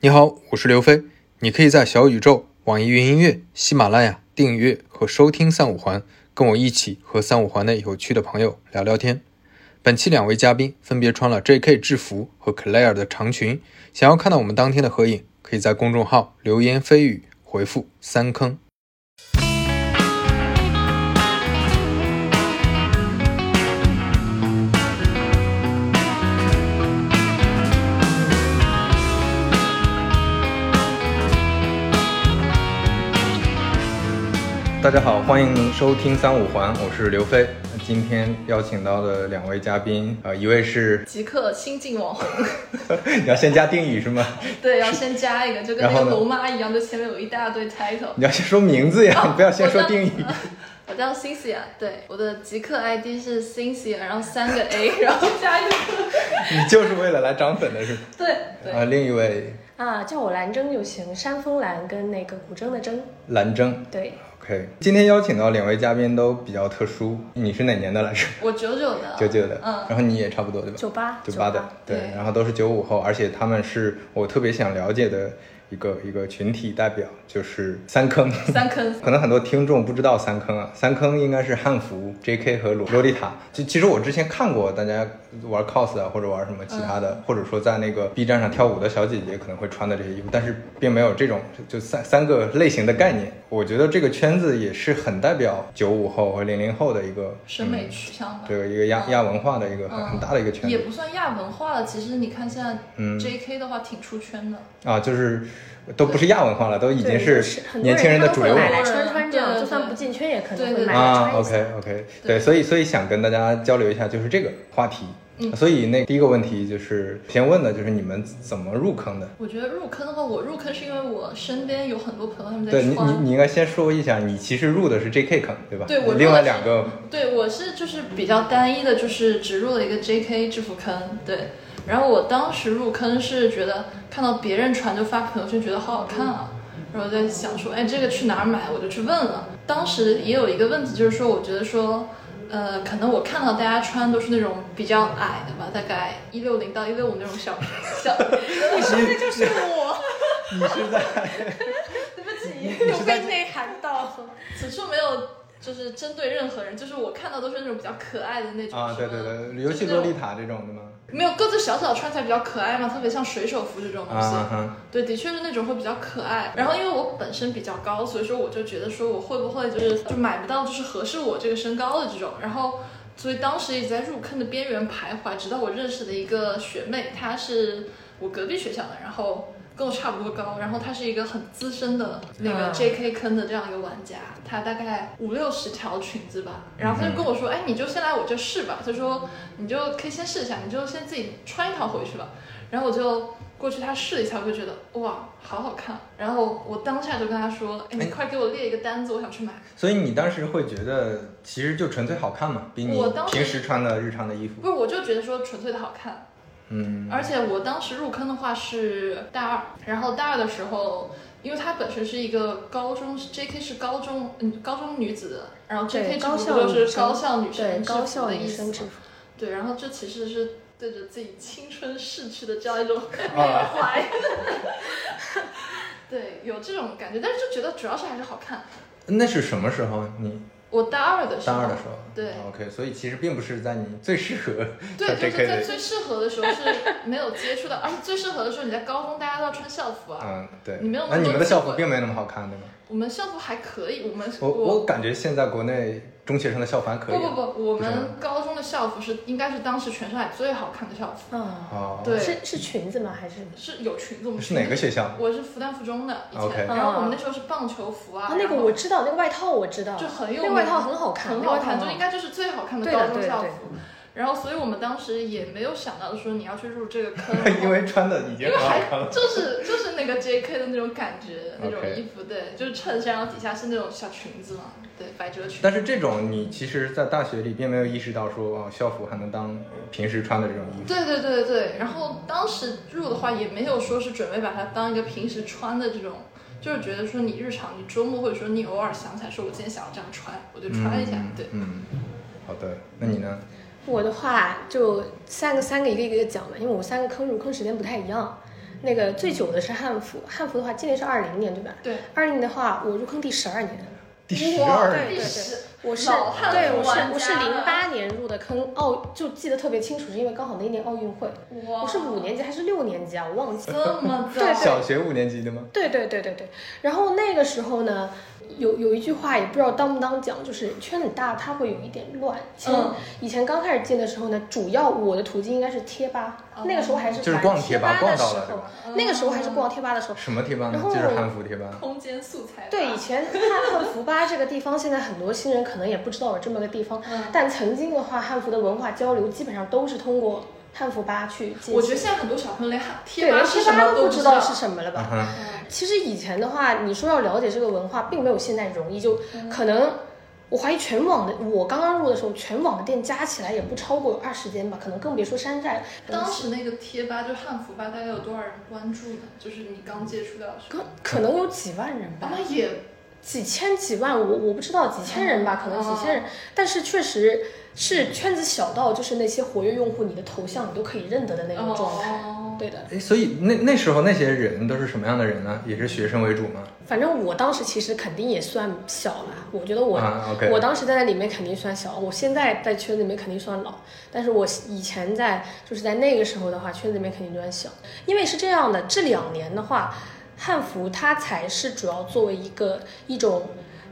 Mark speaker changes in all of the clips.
Speaker 1: 你好，我是刘飞。你可以在小宇宙、网易云音乐、喜马拉雅订阅和收听《三五环》，跟我一起和三五环内有趣的朋友聊聊天。本期两位嘉宾分别穿了 J.K. 制服和 Claire 的长裙，想要看到我们当天的合影，可以在公众号留言蜚语回复“三坑”。大家好，欢迎收听三五环，我是刘飞。今天邀请到的两位嘉宾，呃，一位是
Speaker 2: 极客新晋网红，
Speaker 1: 你要先加定语是吗？
Speaker 2: 对，要先加一个，就跟那
Speaker 1: 然
Speaker 2: 个
Speaker 1: 后呢
Speaker 2: 龙妈一样，就前面有一大堆 title。
Speaker 1: 你要先说名字呀，你不要先说定语。
Speaker 2: 我叫 Cynthia，对，我的极客 ID 是 Cynthia，然后三个 A，然 后加一个，
Speaker 1: 你就是为了来涨粉的是吗？
Speaker 2: 对对，
Speaker 1: 啊，另一位
Speaker 3: 啊，叫我兰筝就行，山峰兰跟那个古筝的筝。
Speaker 1: 蓝征
Speaker 3: 对，
Speaker 1: ，OK。今天邀请到两位嘉宾都比较特殊，你是哪年的来着？
Speaker 2: 我九九的，
Speaker 1: 九九的，
Speaker 2: 嗯，
Speaker 1: 然后你也差不多对吧？
Speaker 3: 九八
Speaker 1: 九八的，对，
Speaker 2: 对
Speaker 1: 然后都是九五后，而且他们是我特别想了解的一个一个群体代表，就是三坑。
Speaker 2: 三坑，
Speaker 1: 可能很多听众不知道三坑啊，三坑应该是汉服、J.K. 和洛洛丽塔。其其实我之前看过大家玩 cos 啊，或者玩什么其他的，或者说在那个 B 站上跳舞的小姐姐可能会穿的这些衣服，但是并没有这种就三三个类型的概念。我觉得这个圈子也是很代表九五后和零零后的一个
Speaker 2: 审美取向吧。
Speaker 1: 这个一个亚亚文化的一个很
Speaker 2: 嗯
Speaker 1: 很大的一个圈
Speaker 2: 也
Speaker 1: 子
Speaker 2: 不算亚文化了，其实你看现在
Speaker 1: 嗯
Speaker 2: J.K. 的话挺出圈的，
Speaker 1: 啊，就是都不是亚文化了，都已经
Speaker 3: 对
Speaker 1: 是
Speaker 3: 就是很多
Speaker 1: 年轻人的
Speaker 3: 他
Speaker 1: 主
Speaker 3: 会
Speaker 1: 流文
Speaker 3: 买
Speaker 1: 化
Speaker 3: 来穿穿这样，
Speaker 2: 嗯对
Speaker 3: 就算
Speaker 2: 对
Speaker 3: 不进圈也可能
Speaker 2: 对
Speaker 3: 会买
Speaker 1: 啊
Speaker 3: 来穿一下。
Speaker 1: ，OK OK，
Speaker 2: 对
Speaker 1: 对，所以所以想跟大家交流一下，就是这个话题。
Speaker 2: 嗯
Speaker 1: 所以那第一个问题就是先问的就是你们怎么入坑的？
Speaker 2: 我觉得入坑的话，我入坑是因为我身边有很多朋友他们在
Speaker 1: 对你你
Speaker 2: 嗯穿，
Speaker 1: 你应该先说一下，你其实入的是 JK 坑，对吧？
Speaker 2: 对我入的
Speaker 1: 另外
Speaker 2: 是
Speaker 1: 两个
Speaker 2: 对，我是就是比较单一的，就是植入了一个 JK 制服坑，对。然后我当时入坑是觉得看到别人穿就发朋友圈，觉得好好看啊，然后在想说，哎，这个去哪儿买？我就去问了。当时也有一个问题，就是说，我觉得说，呃，可能我看到大家穿都是那种比较矮的吧，大概一六零到一六五那种小 小，你说的就是我，
Speaker 1: 你是在
Speaker 2: 对不起。
Speaker 3: 有被内涵到。
Speaker 2: 此处没有就是针对任何人，就是我看到都是那种比较可爱的那种
Speaker 1: 啊，对
Speaker 2: 什
Speaker 1: 对
Speaker 2: 么
Speaker 1: 对，尤其
Speaker 2: 就是那
Speaker 1: 洛
Speaker 2: 种
Speaker 1: 丽塔这种的吗？
Speaker 2: 没有个子小小穿起来比较可爱嘛，特别像水手服这种东
Speaker 1: 啊
Speaker 2: 西。
Speaker 1: 哈，
Speaker 2: 对，的确是那种会比较可爱。然后因为我本身比较高，所以说我就觉得说我会不会就是就买不到就是合适我这个身高的这种。然后所以当时一直在入坑的边缘徘徊，直到我认识的一个学妹，她是我隔壁学校的，然后。跟我差不多高，然后她是一个很资深的那个
Speaker 3: 嗯
Speaker 2: JK 坑的这样一个玩家，她大概五六十条裙子吧，然后她就跟我说，哎，你就先来我这试吧，她说你就可以先试一下，你就先自己穿一套回去吧，然后我就过去他试了一下，我就觉得哇，好好看。然后我当下就跟他说：“哎，你快给我列一个单子，我想去买。
Speaker 1: 所以你当时会觉得其实就纯粹好看嘛，比你
Speaker 2: 我当时
Speaker 1: 平时穿的日常的衣”服，
Speaker 2: 不是，我就觉得说纯粹的好看。
Speaker 1: 嗯
Speaker 2: 而且我当时入坑的话是大二，然后大二的时候，因为它本身是一个高中，J.K. 是高中，嗯，高中女子的，然后 J.K. 制
Speaker 3: 对
Speaker 2: 服
Speaker 3: 高校
Speaker 2: 就是
Speaker 3: 女生
Speaker 2: 高校女
Speaker 3: 对，
Speaker 2: 生制
Speaker 3: 高
Speaker 2: 服
Speaker 3: 校
Speaker 2: 的
Speaker 3: 女
Speaker 2: 意思
Speaker 3: 生
Speaker 2: 嘛
Speaker 3: 制服。
Speaker 2: 对，然后这其实是对着自己青春逝去的这样一种 缅
Speaker 1: 啊
Speaker 2: 怀，对，有这种感觉，但是就觉得主要是还是好看。
Speaker 1: 那是什么时候？你
Speaker 2: 我大二的时
Speaker 1: 大
Speaker 2: 候，
Speaker 1: 二的时候？啊
Speaker 2: 对
Speaker 1: ，OK，所以其实并不是在你最适合
Speaker 2: 对，
Speaker 1: 在
Speaker 2: 就
Speaker 1: JK
Speaker 2: 是在
Speaker 1: 的
Speaker 2: 最适合的时候是没有接触到，而且最适合的时候你在高中大家都要穿校服啊，
Speaker 1: 嗯，对，
Speaker 2: 你没有那
Speaker 1: 那
Speaker 2: 么
Speaker 1: 你
Speaker 2: 多
Speaker 1: 们的
Speaker 2: 机
Speaker 1: 校服
Speaker 2: 会
Speaker 1: 并没有那么好看，对吗？
Speaker 2: 我们校服还可以，我们
Speaker 1: 我我感觉现在国内中学生的校服还可以
Speaker 2: 不
Speaker 1: 啊。
Speaker 2: 不不，我
Speaker 1: 不是吗
Speaker 2: 们高中的校服是应该是当时全上海最好看的校服，
Speaker 3: 啊，
Speaker 1: 哦，
Speaker 2: 嗯对
Speaker 3: 是是裙子吗？还是？
Speaker 2: 是有裙子，我们
Speaker 1: 是哪个
Speaker 2: 裙子？
Speaker 1: 学校？
Speaker 2: 我是复旦附中的，以前
Speaker 1: OK，
Speaker 2: 然后我们那时候是棒球服啊，
Speaker 3: 啊，那个
Speaker 2: 然后
Speaker 3: 我知道，那个外套我知道，
Speaker 2: 就很有
Speaker 3: 那个外套很好看，
Speaker 2: 很
Speaker 3: 那个
Speaker 2: 好
Speaker 3: 外套
Speaker 2: 看，
Speaker 3: 很
Speaker 2: 就应该就是最好看的
Speaker 3: 对
Speaker 2: 高
Speaker 3: 的
Speaker 2: 中
Speaker 3: 对的
Speaker 2: 校服
Speaker 3: 对。
Speaker 2: 然后，所以我们当时也没有想到说你要去入这个坑
Speaker 1: 因为穿的已经
Speaker 2: 嗯因为
Speaker 1: 很好
Speaker 2: 还
Speaker 1: 看了。
Speaker 2: 就是就是那个 J.K. 的那种感觉，那种
Speaker 1: OK
Speaker 2: 衣服，对，就是衬衫，然后底下是那种小裙子嘛，对，百褶裙。
Speaker 1: 但是这种你其实，在大学里并没有意识到说哦，校服还能当平时穿的这种衣服。
Speaker 2: 对对对对，然后当时入的话也没有说是准备把它当一个平时穿的这种，就是觉得说你日常你周末或者说你偶尔想起来说我今天想要这样穿，我就穿一下，
Speaker 1: 嗯
Speaker 2: 对。，
Speaker 1: 嗯，好的，那你呢？
Speaker 3: 我的话就三个三个一个一个讲吧，因为我三个坑入坑时间不太一样。那个最久的是汉服，汉服的话今年是二零年对吧？
Speaker 2: 对，
Speaker 3: 二零的话我入坑第十二年，
Speaker 1: 第十二
Speaker 3: 对对
Speaker 2: 十
Speaker 3: 我是
Speaker 2: 老汉
Speaker 3: 对
Speaker 2: 服
Speaker 3: 我是
Speaker 2: 玩
Speaker 3: 我是
Speaker 2: 家
Speaker 3: 零
Speaker 2: 了
Speaker 3: 八年入的坑，奥就记得特别清楚，是因为刚好那一年奥运会，
Speaker 2: 哇，
Speaker 3: 我是五年级还是六年级啊？我忘记了。
Speaker 2: 这么早，
Speaker 3: 对对
Speaker 1: 小学五年级的吗？
Speaker 3: 对对对对对。然后那个时候呢，有有一句话也不知道当不当讲，就是圈很大，它会有一点乱。以前、
Speaker 2: 嗯
Speaker 3: 以前刚开始进的时候呢，主要我的途径应该是贴吧，
Speaker 2: 哦
Speaker 3: 那个时候还是
Speaker 1: 就是
Speaker 3: 玩
Speaker 1: 逛
Speaker 3: 贴
Speaker 1: 贴吧逛
Speaker 3: 的时
Speaker 1: 到了
Speaker 3: 候
Speaker 1: 对吧，
Speaker 2: 嗯
Speaker 3: 那个时候还是逛贴吧的时候。
Speaker 1: 什么贴吧呢？
Speaker 3: 然后
Speaker 1: 就是汉服贴吧。
Speaker 2: 空间素材，
Speaker 3: 对，以，前汉汉服吧这个地方，现在很多新人可能也不知道有这么个地方，
Speaker 2: 嗯
Speaker 3: 但曾经的话，汉服的文化交流基本上都是通过汉服吧去进行。
Speaker 2: 我觉得现在很多小朋友连哈
Speaker 3: 对，
Speaker 2: 贴吧
Speaker 3: 连
Speaker 2: 是
Speaker 3: 贴
Speaker 2: 什
Speaker 3: 吧
Speaker 2: 么
Speaker 3: 都
Speaker 2: 都
Speaker 3: 不知道是
Speaker 2: 么。
Speaker 3: 什么了吧？
Speaker 1: 嗯哼，
Speaker 3: 其实以前的话，你说要了解这个文化，并没有现在容易，就
Speaker 2: 嗯
Speaker 3: 可能。我怀疑全网的，我刚刚入的时候，全网的店加起来也不超过二十间吧，可能更别说山寨。
Speaker 2: 当时那个贴吧就是汉服吧，大概有多少人关注呢？就是你刚接触到的时候，
Speaker 3: 可可能有几万人吧，
Speaker 2: 啊也
Speaker 3: 几千几万，我我不知道几千人吧，可能几千人，
Speaker 2: 哦
Speaker 3: 但是确实是圈子小到就是那些活跃用户，你的头像你都可以认得的那种状态。
Speaker 2: 哦
Speaker 3: 对的，
Speaker 1: 哎，所以那那时候那些人都是什么样的人呢？也是学生为主吗？
Speaker 3: 反正我当时其实肯定也算小了，我觉得我、
Speaker 1: 啊，OK
Speaker 3: 我当时在那里面肯定算小，我现在在圈子里面肯定算老，但是我以前在就是在那个时候的话，圈子里面肯定算小，因为是这样的，这两年的话，汉服它才是主要作为一个一种。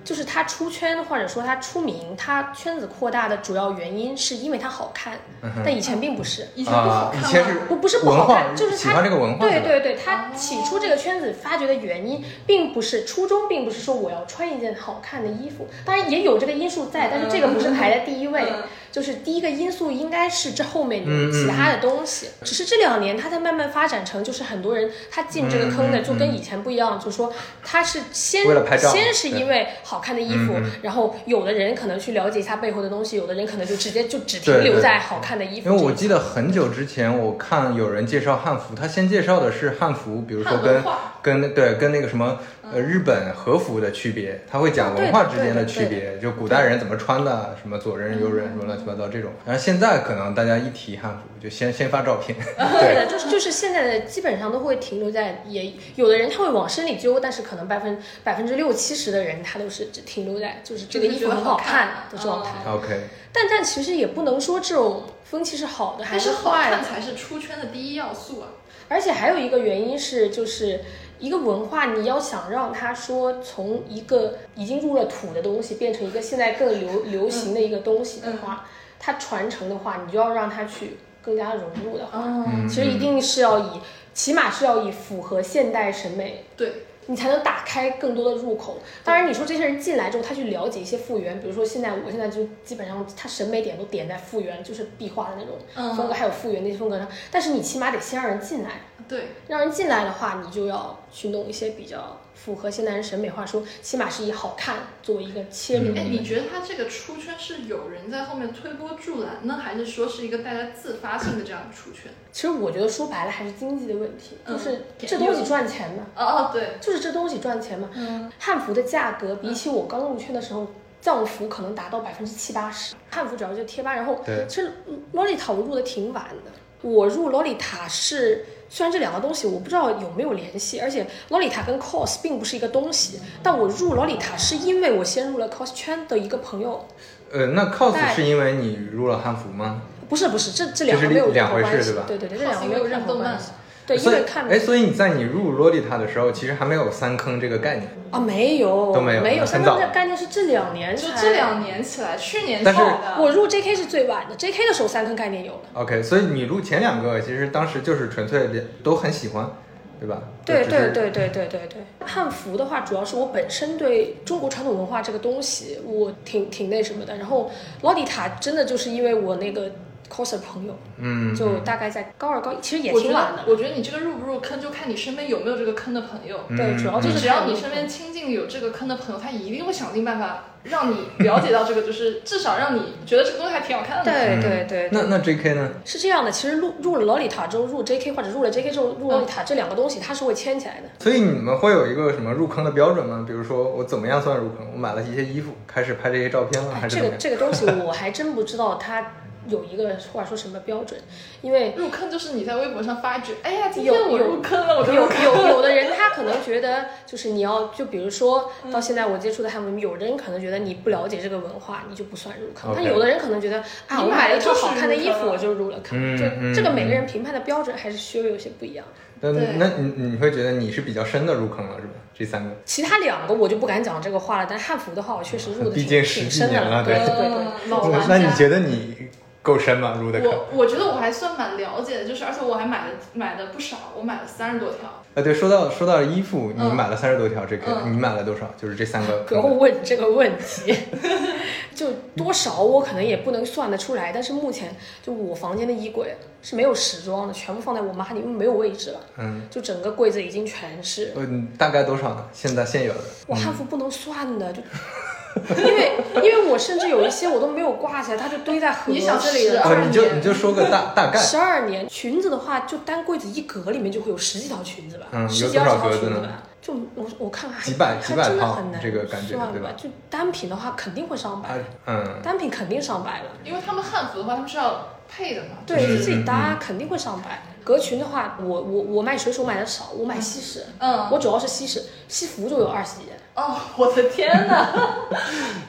Speaker 3: 就是它出圈或者说它出名，它圈子扩大的主要原因是因为它好看，
Speaker 1: 嗯哼
Speaker 3: 但以前并不是。
Speaker 2: 以前不好
Speaker 1: 啊，
Speaker 2: 看
Speaker 1: 以
Speaker 2: 吗
Speaker 1: 前是
Speaker 3: 不不是不
Speaker 1: 文
Speaker 3: 好
Speaker 1: 化，
Speaker 3: 看，就是他
Speaker 1: 喜欢这个文化，
Speaker 3: 对
Speaker 1: 吧
Speaker 3: 对对，他起初这个圈子发掘的原因，并不是初衷，并不是说我要穿一件好看的衣服，当然也有这个因素在，但是这个不是排在第一位
Speaker 2: 嗯，
Speaker 3: 就是第一个因素应该是这后面
Speaker 1: 嗯
Speaker 3: 有
Speaker 1: 嗯
Speaker 3: 其他的东西。只是这两年他在慢慢发展成，就是很多人他进这个坑的
Speaker 1: 嗯嗯
Speaker 3: 就跟以前不一样，就说他是先
Speaker 1: 为了拍照
Speaker 3: 先是因
Speaker 1: 对
Speaker 3: 为好看的衣服
Speaker 1: 嗯嗯，
Speaker 3: 然后有的人可能去了解一下背后的东西，有的人可能就直接就只
Speaker 1: 对
Speaker 3: 停
Speaker 1: 对
Speaker 3: 留
Speaker 1: 对
Speaker 3: 在好看的衣服
Speaker 1: 因
Speaker 3: 这一
Speaker 1: 为
Speaker 3: 块。
Speaker 1: 我记得很久之前，我看有人介绍汉服，他先介绍的是汉服，比如说
Speaker 2: 汉文
Speaker 1: 跟
Speaker 2: 化
Speaker 1: 跟对跟那个什么
Speaker 3: 嗯
Speaker 1: 呃日本和服的区别，他会讲文化
Speaker 3: 哦
Speaker 1: 之间的区别，就古代人怎么穿的，什么左人右人什么乱七八糟这
Speaker 3: 嗯
Speaker 1: 种。然后现在可能大家一提汉服，就先先发照 片，
Speaker 3: 对
Speaker 1: 对
Speaker 3: 的，就是就是现在的基本上都会停留在也有的人他会往深里揪，但是可能百分百分之六七十的人他都是只停留在就是这个衣服很好看的状态。
Speaker 2: 嗯
Speaker 1: ，OK，
Speaker 3: 但但其实也不能说这种风气是好的还
Speaker 2: 但是好
Speaker 3: 坏
Speaker 2: 看
Speaker 3: 的，
Speaker 2: 才是出圈的第一要素啊。
Speaker 3: 而且还有一个原因是就是。一个文化，你要想让它说从一个已经入了土的东西变成一个现在更流流行的一个东西的话，它传承的话，你就要让它去更加融入的话，
Speaker 2: 哦，
Speaker 1: 嗯
Speaker 3: 其实一定是要以，起码是要以符合现代审美，
Speaker 2: 对，
Speaker 3: 你才能打开更多的入口。当然，你说这些人进来之后，他去了解一些复原，比如说现在我现在就基本上他审美点都点在复原，就是壁画的那
Speaker 2: 嗯
Speaker 3: 种嗯风格，还有复原那些风格上。但是你起码得先让人进来，
Speaker 2: 对，
Speaker 3: 让人进来的话，你就要去弄一些比较符合现代人审美话说，起码是以好看作为一个切入
Speaker 2: 哎，
Speaker 3: 点。
Speaker 2: 你觉得他这个出圈是有人在后面推波助澜呢，还是说是一个大家自发性的这样的出圈？
Speaker 3: 其实我觉得说白了还是经济的问题，
Speaker 2: 嗯
Speaker 3: 就是这东西赚钱嘛，
Speaker 2: 哦哦，对，
Speaker 3: 就是这东西赚钱嘛。
Speaker 2: 嗯，
Speaker 3: 汉服的价
Speaker 1: 嗯
Speaker 3: 格比起我刚入圈的时候，藏服可能达到百分之七八十。汉服主要就是贴吧，然后
Speaker 1: 对
Speaker 3: 其实 Lolita 我入的挺晚的，我入 Lolita 是虽然这两个东西我不知道有没有联系，而且 Lolita 跟 cos 并不是一个东西，
Speaker 1: 嗯
Speaker 3: 但我入 Lolita 是因为我先入了 cos 圈的一个朋友，
Speaker 1: 呃，那 cos
Speaker 3: 对
Speaker 1: 是因为你入了汉服吗？
Speaker 3: 不是不是，这这
Speaker 1: 这
Speaker 3: 两
Speaker 1: 是
Speaker 3: 个没有任
Speaker 1: 两
Speaker 3: 何
Speaker 1: 回事
Speaker 3: 关系，
Speaker 1: 对吧
Speaker 3: 对对对，这
Speaker 2: cos
Speaker 3: 两个没有任
Speaker 2: 因为看
Speaker 3: 何
Speaker 2: 动漫
Speaker 3: 关系。对，因
Speaker 1: 所以
Speaker 3: 为看
Speaker 1: 哎，所以你在你入洛丽塔的时候，其实还没有三坑这个概念，
Speaker 3: 啊，没有
Speaker 1: 都没有
Speaker 3: 没有，
Speaker 1: 很
Speaker 3: 三
Speaker 1: 早
Speaker 3: 这概念是这两年
Speaker 2: 就
Speaker 3: 才，
Speaker 2: 这两年起来，去年
Speaker 1: 但是
Speaker 2: 炒的
Speaker 3: 我入 JK 是最晚的，JK 的时候三坑概念有了。
Speaker 1: OK，所以你录前两个其实当时就是纯粹的都很喜欢，对吧？就
Speaker 3: 对
Speaker 1: 只
Speaker 3: 对
Speaker 1: 是。
Speaker 3: 对对对对对，汉服的话，主要是我本身对中国传统文化这个东西，我挺挺那什么的。然后洛丽塔真的就是因为我那个 coser 朋友，
Speaker 1: 嗯，
Speaker 3: 就大概在高二高一，其实也
Speaker 2: 我觉
Speaker 3: 挺晚
Speaker 2: 得
Speaker 3: 的，。
Speaker 2: 我觉得你这个入不入坑，就看你身边有没有这个坑的朋友。
Speaker 1: 嗯
Speaker 3: 对，主要就是
Speaker 2: 只要你
Speaker 3: 看
Speaker 2: 身边亲近有这个坑的朋友，他一定会想尽办法让你了解到这个，就是至少让你觉得这个东西还挺好看的。
Speaker 3: 对对对对。
Speaker 1: 那那 J K 呢？
Speaker 3: 是这样的，其实入入了洛丽塔之后，入 JK 或者入了 JK 之后入洛丽塔这两个东西，它是会牵起来的。
Speaker 1: 所以你们会有一个什么入坑的标准吗？比如说我怎么样算入坑？我买了一些衣服，开始拍这些照片了，
Speaker 3: 哎
Speaker 1: 还是
Speaker 3: 这
Speaker 1: 怎么
Speaker 3: 个
Speaker 1: 样？
Speaker 3: 这个东西我还真不知道它有一个或者说什么标准，因为
Speaker 2: 入坑就是你在微博上发一句，哎呀，今
Speaker 3: 有
Speaker 2: 天我入坑了，我就入
Speaker 3: 有
Speaker 2: 坑
Speaker 3: 有有的人他可能觉得，就是你要就比如说
Speaker 2: 嗯
Speaker 3: 到现在我接触的汉服，有的人可能觉得你不了解这个文化，你就不算入坑；
Speaker 1: OK
Speaker 3: 但有的人可能觉得啊，
Speaker 2: 你
Speaker 3: 我买了一
Speaker 2: 买了
Speaker 3: 套
Speaker 2: 就是
Speaker 3: 好看的衣
Speaker 2: 入
Speaker 3: 服，
Speaker 2: 坑
Speaker 3: 我就入了坑。
Speaker 1: 嗯
Speaker 3: 就
Speaker 1: 嗯
Speaker 3: 这个每个人评判的标准还是稍微有些不一样。
Speaker 1: 那
Speaker 2: 对
Speaker 1: 那你你会觉得你是比较深的入坑了是吧？这三个，
Speaker 3: 其他两个我就不敢讲这个话了，但汉服的话，我确实入的
Speaker 1: 毕竟十
Speaker 3: 挺
Speaker 1: 几
Speaker 3: 深的
Speaker 1: 年了
Speaker 3: 对
Speaker 1: 对
Speaker 3: 对对。
Speaker 2: 嗯老玩
Speaker 1: 那
Speaker 2: 家。
Speaker 1: 你觉得你够深吗？入的坑？
Speaker 2: 我我觉得我还算蛮了解的，就是而且我还买了买了不少，我买了三十多条。
Speaker 1: 啊，对，说到说到衣服，你
Speaker 2: 嗯
Speaker 1: 买了三十多条，这个
Speaker 2: 嗯
Speaker 1: 你买了多少？就是这三 个
Speaker 3: 不
Speaker 1: 坑
Speaker 3: 要
Speaker 1: 的。
Speaker 3: 问这个问题， 就多少我可能也不能算得出来，但是目前就我房间的衣柜是没有时装的，全部放在我妈里，因为没有位置了，
Speaker 1: 嗯，
Speaker 3: 就整个柜子已经全是。
Speaker 1: 呃，你大概多少呢？现在现有的？
Speaker 3: 我汉服不能算的，就因为因为我甚至有一些我都没有挂起来，它就堆在盒
Speaker 2: 你想
Speaker 3: 子里
Speaker 2: 12
Speaker 3: 了。
Speaker 1: 哦，你就
Speaker 2: 年
Speaker 1: 你就说个大大概。
Speaker 3: 十二年裙子的话，就单柜子一格里面就会有十几条裙子吧，
Speaker 1: 嗯
Speaker 3: 十
Speaker 1: 有
Speaker 3: 几
Speaker 1: 多
Speaker 3: 二十
Speaker 1: 少
Speaker 3: 条
Speaker 1: 格
Speaker 3: 裙
Speaker 1: 子呢
Speaker 3: 子吧。就我我看还
Speaker 1: 几百
Speaker 3: 还
Speaker 1: 几百
Speaker 3: 真的
Speaker 1: 套
Speaker 3: 很难
Speaker 1: 这个感觉
Speaker 3: 算
Speaker 1: 对吧
Speaker 3: 就单品的话肯定会上百
Speaker 1: 啊，嗯，
Speaker 3: 单品肯定上百了，
Speaker 2: 因为他们汉服的话，他们是要配的嘛。
Speaker 3: 对、
Speaker 1: 嗯
Speaker 3: 自己搭肯定会上百。格裙的话，我我我买水手买的少，我买西式，
Speaker 2: 嗯，
Speaker 3: 我主要是西式，西服就有二十几件。
Speaker 2: 哦，我的天哪！